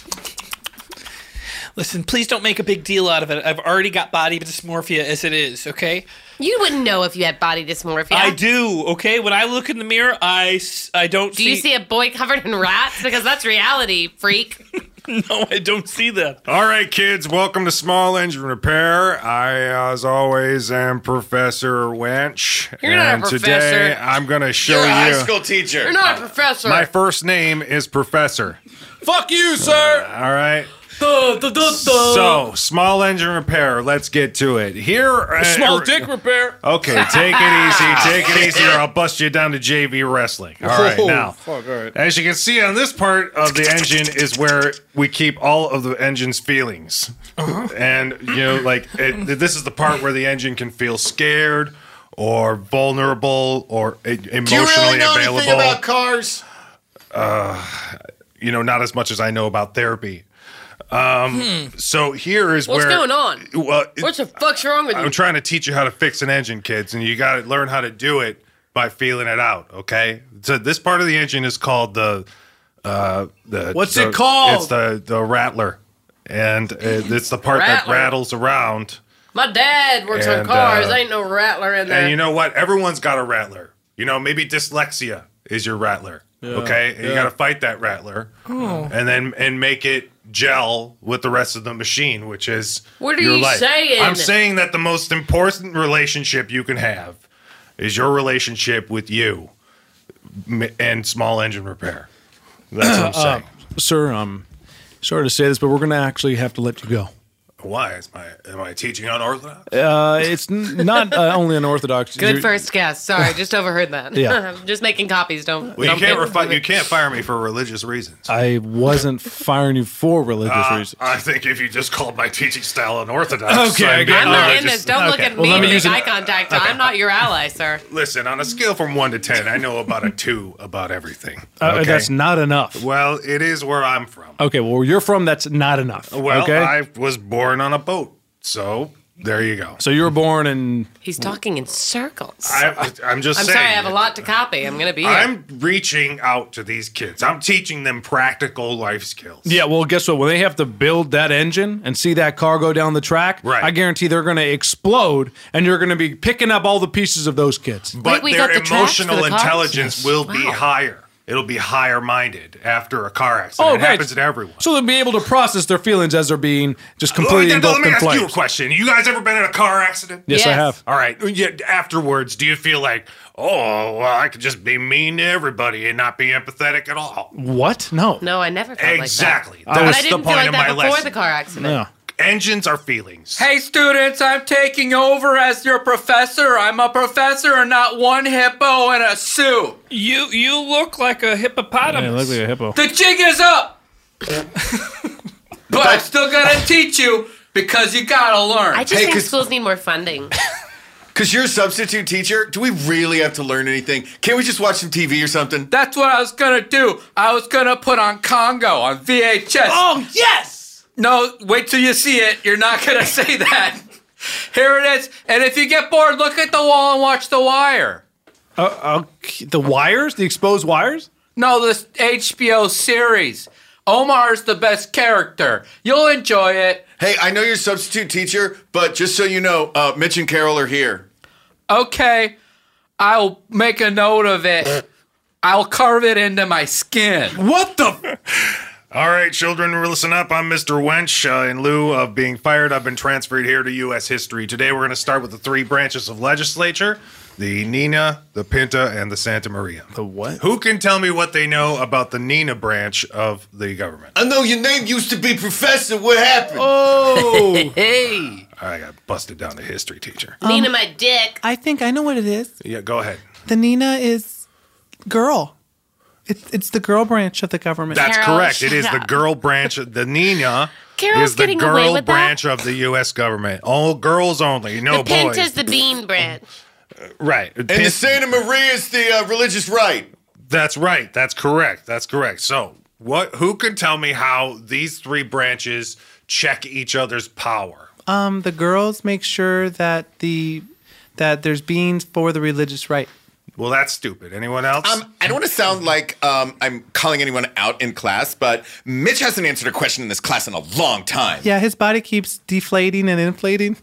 S4: Listen, please don't make a big deal out of it. I've already got body dysmorphia as it is. Okay.
S5: You wouldn't know if you had body dysmorphia.
S4: I do. Okay. When I look in the mirror, I s- I don't
S5: Do
S4: see.
S5: you see a boy covered in rats? Because that's reality, freak.
S4: [LAUGHS] No, I don't see that.
S9: All right, kids, welcome to Small Engine Repair. I, as always, am Professor Wench.
S5: You're not a
S9: and today
S5: professor.
S9: I'm going to show
S5: You're a
S9: you.
S5: high school
S9: teacher.
S5: You're not a professor.
S9: My first name is Professor.
S5: Fuck you, sir.
S9: All right.
S5: So
S9: So, small engine repair. Let's get to it. Here, uh,
S5: small dick repair.
S9: Okay, take it easy.
S8: [LAUGHS]
S9: Take it easy, or I'll bust you down to JV wrestling. All right,
S12: Oh,
S9: now.
S12: fuck, all right.
S9: As you can see on this part of the engine is where we keep all of the engine's feelings.
S5: Uh-huh.
S9: And, you know, like, it, this is the part where the engine can feel scared or vulnerable or e- emotionally
S7: Do you really know
S9: available.
S7: anything about cars?
S9: uh, you know, not as much as I know about therapy. Um,
S5: Hmm.
S9: So here is
S5: What's
S9: where.
S5: going on?
S9: Well, it-
S5: What the fuck's wrong with you?
S9: I'm trying to teach you how to fix an engine, kids, and you got to learn how to do it by feeling it out. Okay, so this part of the engine is called the uh, the
S12: What's
S9: the-
S12: it called?
S9: It's the the rattler, and uh, it's the part that
S5: Rattler.
S9: rattles around.
S5: My dad works on
S9: And,
S5: cars.
S9: uh,
S5: Ain't no rattler in there.
S9: And you know what? Everyone's got a rattler. You know, maybe dyslexia is your rattler.
S5: Yeah,
S9: okay, and you
S5: yeah.
S9: got to fight that rattler,
S5: Oh.
S9: and then and make it gel with the rest of the machine, which is
S5: What are
S9: your
S5: you
S9: life.
S5: saying?
S9: I'm saying that the most important relationship you can have is your relationship with you m- and small engine repair. That's
S8: [CLEARS THROAT]
S9: what I'm
S8: Uh,
S9: saying.
S8: sir. Um, sorry to say this, but we're gonna actually have to let you go.
S9: Why is my am I teaching unorthodox?
S8: Uh, it's n- not uh, only unorthodox.
S5: Good
S8: You're-
S5: first guess.
S9: [LAUGHS]
S5: Sorry, just overheard that.
S8: Yeah.
S5: I'm [LAUGHS] just making copies. Don't.
S9: Well,
S5: don't
S9: you can't
S5: get-
S9: refi- you can't fire me for religious reasons.
S8: I wasn't firing you for religious
S9: Uh,
S8: reasons.
S9: I think if you just called my teaching style unorthodox.
S8: Okay, I
S9: being
S8: get it. I'm not in
S9: religious.
S5: Goodness, don't look
S9: Okay.
S5: at me with eye contact.
S9: okay.
S5: I'm not your ally, sir.
S9: Listen, on a scale from one to ten, I know about a two about everything.
S8: Uh, That's not enough.
S9: Well, it is where I'm from.
S8: Okay, well, where you're from, that's not enough.
S9: Well,
S8: okay?
S9: I was born on a boat, so there you go.
S8: so you were born in.
S5: He's talking in circles.
S9: I, I'm just
S5: I'm
S9: saying.
S5: sorry. I have a lot to copy. I'm gonna be. here.
S9: I'm reaching out to these kids. I'm teaching them practical life skills.
S8: Yeah, well, guess what? When they have to build that engine and see that car go down the track, right. I guarantee they're going to explode and you're going to be picking up all the pieces of those kids.
S9: But their emotional intelligence will be higher. It'll be higher minded after a car accident.
S8: Oh,
S9: it
S8: right.
S9: happens to everyone.
S8: So they'll be able to process their feelings as they're being just completely
S9: Let me-
S8: engulfed
S9: Oh, let me
S8: in
S9: ask
S8: flames.
S9: you a question. You guys ever been in a car accident?
S8: Yes, I Yes. have.
S9: All right. Yeah, afterwards, do you feel like, oh, well, I could just be mean to everybody and not be empathetic at all?
S8: What? No.
S5: No, I never felt
S9: Exactly.
S5: like that. but
S9: That's
S5: I didn't
S9: the point
S5: feel like
S9: of
S5: that
S9: my
S5: before
S9: lesson.
S5: the car accident.
S9: Engines are feelings.
S10: Hey, students, I'm taking over as your professor. I'm a professor and not one hippo in a suit.
S4: You you look like a hippopotamus.
S8: Yeah, I look like a hippo.
S10: The jig is up! but I'm still gonna teach you because you gotta learn.
S5: I just think schools need more funding.
S7: Because you're a substitute teacher. Do we really have to learn anything? Can't we just watch some TV or something?
S10: That's what I was gonna do. I was gonna put on Congo on VHS. Oh yes! No, wait till you see it. You're not gonna [LAUGHS] say that. Here it is. And if you get bored, look at the wall and watch The Wire.
S8: Uh, okay, the wires? The exposed wires?
S10: No, this HBO series. Omar's the best character. You'll enjoy it.
S7: Hey, I know you're a substitute teacher, but just so you know, uh, Mitch and Carol are here.
S10: Okay, I'll make a note of it. I'll carve it into my skin.
S9: What the? All right, children, listen up. I'm Mr. Wench. Uh, in lieu of being fired, I've been transferred here to U.S. history. Today, we're going to start with the three branches of legislature the Nina, the Pinta, and the Santa Maria. The
S8: what?
S9: Who can tell me what they know about the Nina branch of the government?
S7: I know your name used
S5: [LAUGHS]
S7: to be Professor. What happened?
S9: Oh.
S10: hey.
S9: I got busted down to history teacher. [CLEARS THROAT]
S8: uh,
S5: Nina, my dick.
S12: I think I know what it is.
S9: Yeah, go ahead.
S12: The Nina is girl. It's it's the girl branch of the government.
S9: That's correct. It is the girl branch. of The Nina
S5: Carol's
S9: is the
S5: getting away
S9: girl
S5: with that?
S9: branch of the U.S. government. All girls only. [LAUGHS] No
S5: the pint
S9: boys.
S5: is the bean branch.
S9: right.
S7: And the Santa Maria is the uh, religious right.
S9: That's right. That's correct. That's correct. So, what? Who can tell me how these three branches check each other's power?
S12: Um, the girls make sure that the that there's beans for the religious right.
S9: Well, that's stupid. Anyone else?
S7: Um, I don't want to sound like um, I'm calling anyone out in class, but Mitch hasn't answered a question in this class in a long time.
S12: Yeah, his body keeps deflating and inflating.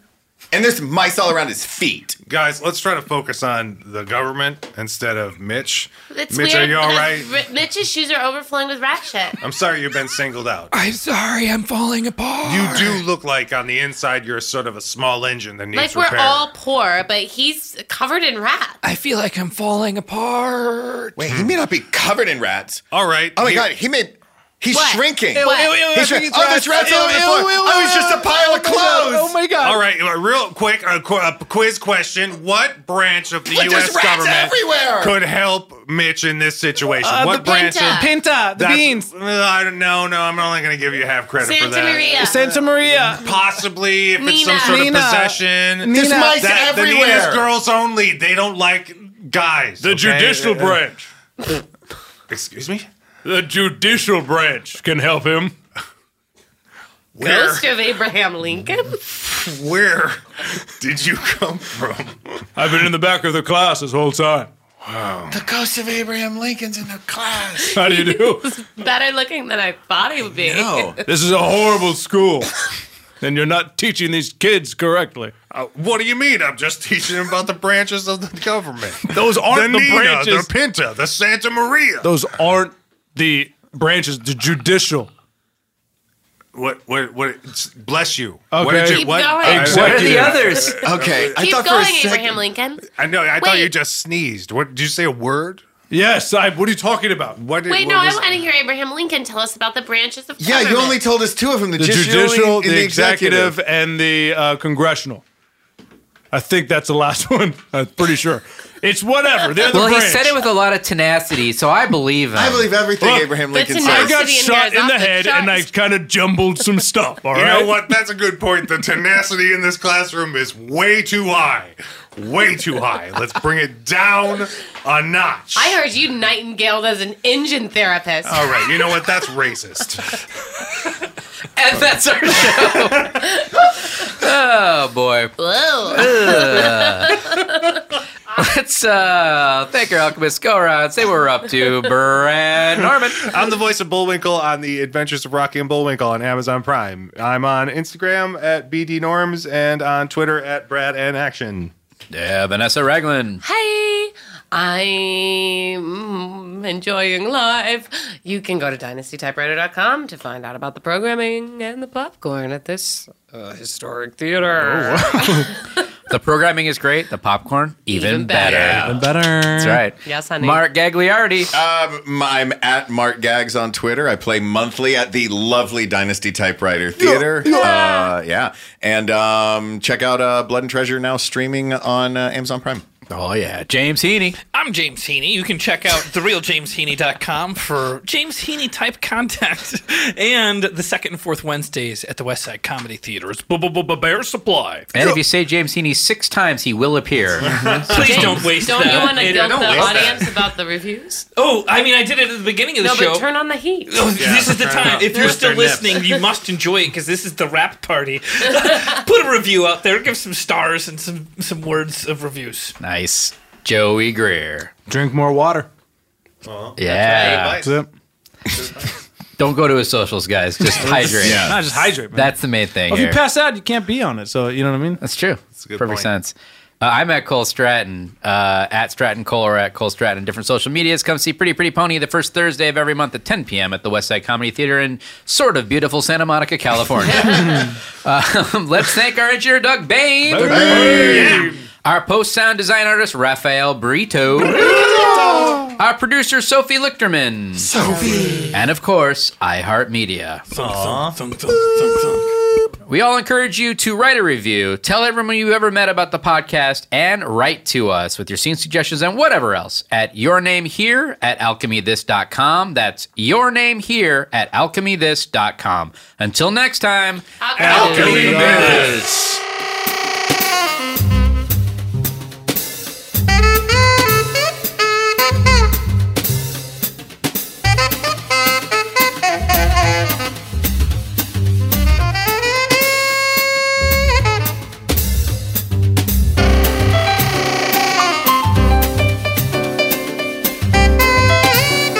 S7: And there's mice all around his feet.
S9: Guys, let's try to focus on the government instead of Mitch.
S5: It's
S9: Mitch,
S5: weird
S9: are you
S5: [LAUGHS]
S9: all right?
S5: because Ri- Mitch's shoes are overflowing with rat shit.
S9: I'm sorry you've been singled out.
S5: I'm sorry, I'm falling apart.
S9: You do look like on the inside you're sort of a small engine that needs
S5: Like we're
S9: repair.
S5: all poor, but he's covered in rat.
S3: I feel like I'm falling apart.
S7: Wait, he may not be covered in rats.
S9: All right.
S7: Oh my god, he may. He's
S5: What?
S7: shrinking.
S5: Ew, What? ew, ew,
S7: He's
S5: I
S7: shrink-
S5: think it's
S7: oh, there's
S5: rats.
S7: rats all over the
S5: Ew,
S7: floor.
S5: ew, ew,
S7: oh, he's just a pile of clothes.
S5: oh
S9: All right, uh, real quick, a, qu- a quiz question: What branch of the
S7: But there's
S9: U.S.
S7: rats
S9: government
S7: everywhere!
S9: could help Mitch in this situation?
S12: Uh,
S9: what
S12: the
S9: branch?
S12: Pinta.
S9: Of,
S12: Pinta, Uh, the
S9: beans. I don't know. No, I'm only going to give you half credit for that.
S12: Santa Maria.
S9: Possibly, if it's some sort
S12: Nina.
S9: of possession.
S12: There's Nina. mice
S9: That-
S12: everywhere.
S9: The Nina's girls only. They don't like guys. Uh,
S18: The judicial branch.
S9: Excuse me?
S18: The judicial branch can help him.
S5: Ghost of Abraham Lincoln.
S9: Where did you come from?
S18: I've been in the back of the class this whole time.
S9: Wow.
S7: The ghost of Abraham Lincoln's in the class.
S18: How do you do?
S5: Better looking than I thought he would be. [LAUGHS]
S18: This is a horrible school. And you're not teaching these kids correctly.
S9: Uh, what do you mean? I'm just teaching them about the branches of the government.
S18: Those aren't
S9: the,
S18: the
S9: Nina,
S18: branches.
S9: The Pinta, the Santa Maria.
S18: Those aren't the branches, the judicial.
S9: What? What? What? it's- Bless you.
S18: Okay.
S9: What did you,
S18: Keep
S9: what?
S18: going.
S9: I-
S18: What are the others?
S9: okay.
S5: Keep going, Abraham Lincoln.
S9: I know. I thought
S5: Wait.
S9: you just sneezed. What? Did you say a word?
S18: Yes. I. What are you talking about?
S9: What? Did,
S5: Wait,
S9: what
S5: no, I
S9: was-
S5: want to hear Abraham Lincoln tell us about the branches of
S7: Yeah, you
S5: government.
S7: only told us two of them: the,
S18: the
S7: judicial,
S18: judicial,
S7: and
S18: the, executive, and the uh, congressional. I think that's the last [LAUGHS] one. I'm pretty sure. It's whatever. They're the
S3: well,
S18: branch.
S3: he said it with a lot of tenacity, so I believe him.
S18: I believe everything
S3: Look,
S18: Abraham Lincoln The says.
S3: I got
S18: tenacity in
S3: shot
S18: guys
S3: in
S18: off
S3: the
S18: the
S3: head,
S18: charts.
S3: and I
S18: kind of jumbled some stuff. All
S9: you
S18: right.
S9: know what? That's a good point. The tenacity in this classroom is way too high. Way too high. Let's bring it down a notch.
S5: I heard you nightingale as an engine therapist.
S9: All right. You know what? That's
S5: [LAUGHS]
S9: racist.
S3: And that's our show. oh boy.
S5: Whoa.
S3: [LAUGHS] Let's uh, thank our alchemist. Go around. Say what we're up
S9: [LAUGHS]
S3: to, Brad Norman.
S9: I'm the voice of Bullwinkle on the Adventures of Rocky and Bullwinkle on Amazon Prime. I'm on Instagram at bdnorms and on Twitter at Brad and Action.
S3: Yeah, Vanessa Raglan.
S5: [LAUGHS] Hey, I'm enjoying life. You can go to dynastytypewriter.com to find out about the programming and the popcorn at this uh, historic theater.
S3: Oh, [LAUGHS] The programming is great. The popcorn even, better.
S7: Even
S3: better. That's right.
S5: Yes, honey.
S3: Mark Gagliardi.
S7: Um, I'm at Mark Gags on Twitter. I play monthly at the lovely Dynasty Typewriter Theater. Yeah, Uh, yeah. and um, check out uh, Blood and Treasure now streaming on uh, Amazon Prime.
S3: Oh yeah, James Heaney.
S4: I'm James Heaney. You can check out therealjamesheaney.com for James Heaney type contact [LAUGHS] and the second and fourth Wednesdays at the West Side Comedy Theater. It's Bear Supply.
S3: And if you say James Heaney six times, he will appear.
S5: Mm-hmm.
S4: Please don't waste
S5: Don't
S4: that.
S5: you want to
S4: It-
S5: guilt
S4: don't
S5: the
S4: waste that.
S5: audience about the reviews?
S4: Oh, I mean, I did it at the beginning of the
S5: no,
S4: show.
S5: but turn on the heat.
S4: Oh, [LAUGHS] this is the time. If you're
S5: Mr.
S4: still
S5: Nips.
S4: listening, you must enjoy it because this is the rap party. [LAUGHS] Put a review out there. Give some stars and some some words of reviews.
S3: [LAUGHS] Nice. Joey Greer.
S8: Drink more water.
S3: Yeah.
S8: That's it.
S3: [LAUGHS] Don't go to his socials, guys. Just hydrate.
S8: [LAUGHS] Yeah. No, just hydrate, man.
S3: That's the main thing.
S8: Well, if you
S3: here.
S8: pass out, you can't be on it. So you know what I mean.
S3: That's true. Perfect sense. Uh, I'm at Cole Stratton, uh, at Stratton Cole or at Cole Stratton. Different social medias. Come see Pretty Pretty Pony the first Thursday of every month at 10 p.m. at the Westside Comedy Theater in sort of beautiful Santa
S7: [LAUGHS]
S3: Monica, [LAUGHS] California. um, let's thank our engineer, Doug Bain. Yeah. Our post sound design artist, Rafael Burrito. our producer, Sophie Lichterman. Sophie. And of course, iHeartMedia. We all encourage you to write a review, tell everyone you ever met about the podcast, and write to us with your scene suggestions and whatever else at your name here at alchemythis.com. That's your name here at alchemythis.com. Until next time,
S4: Alchemy
S3: This.
S1: Thank you.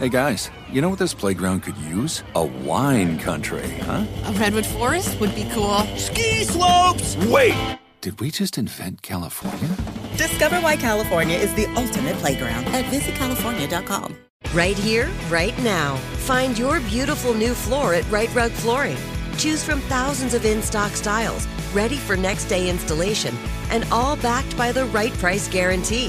S2: Hey guys, you know what this playground could use? A wine country, huh?
S10: A redwood forest would be cool. Ski
S2: slopes! Wait! Did we just invent California?
S13: Discover why California is the ultimate playground at visitcalifornia.com.
S19: Right here, right now. Find your beautiful new floor at Right Rug Flooring. Choose from thousands of in stock styles, ready for next day installation, and all backed by the right price guarantee.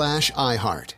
S20: iHeart.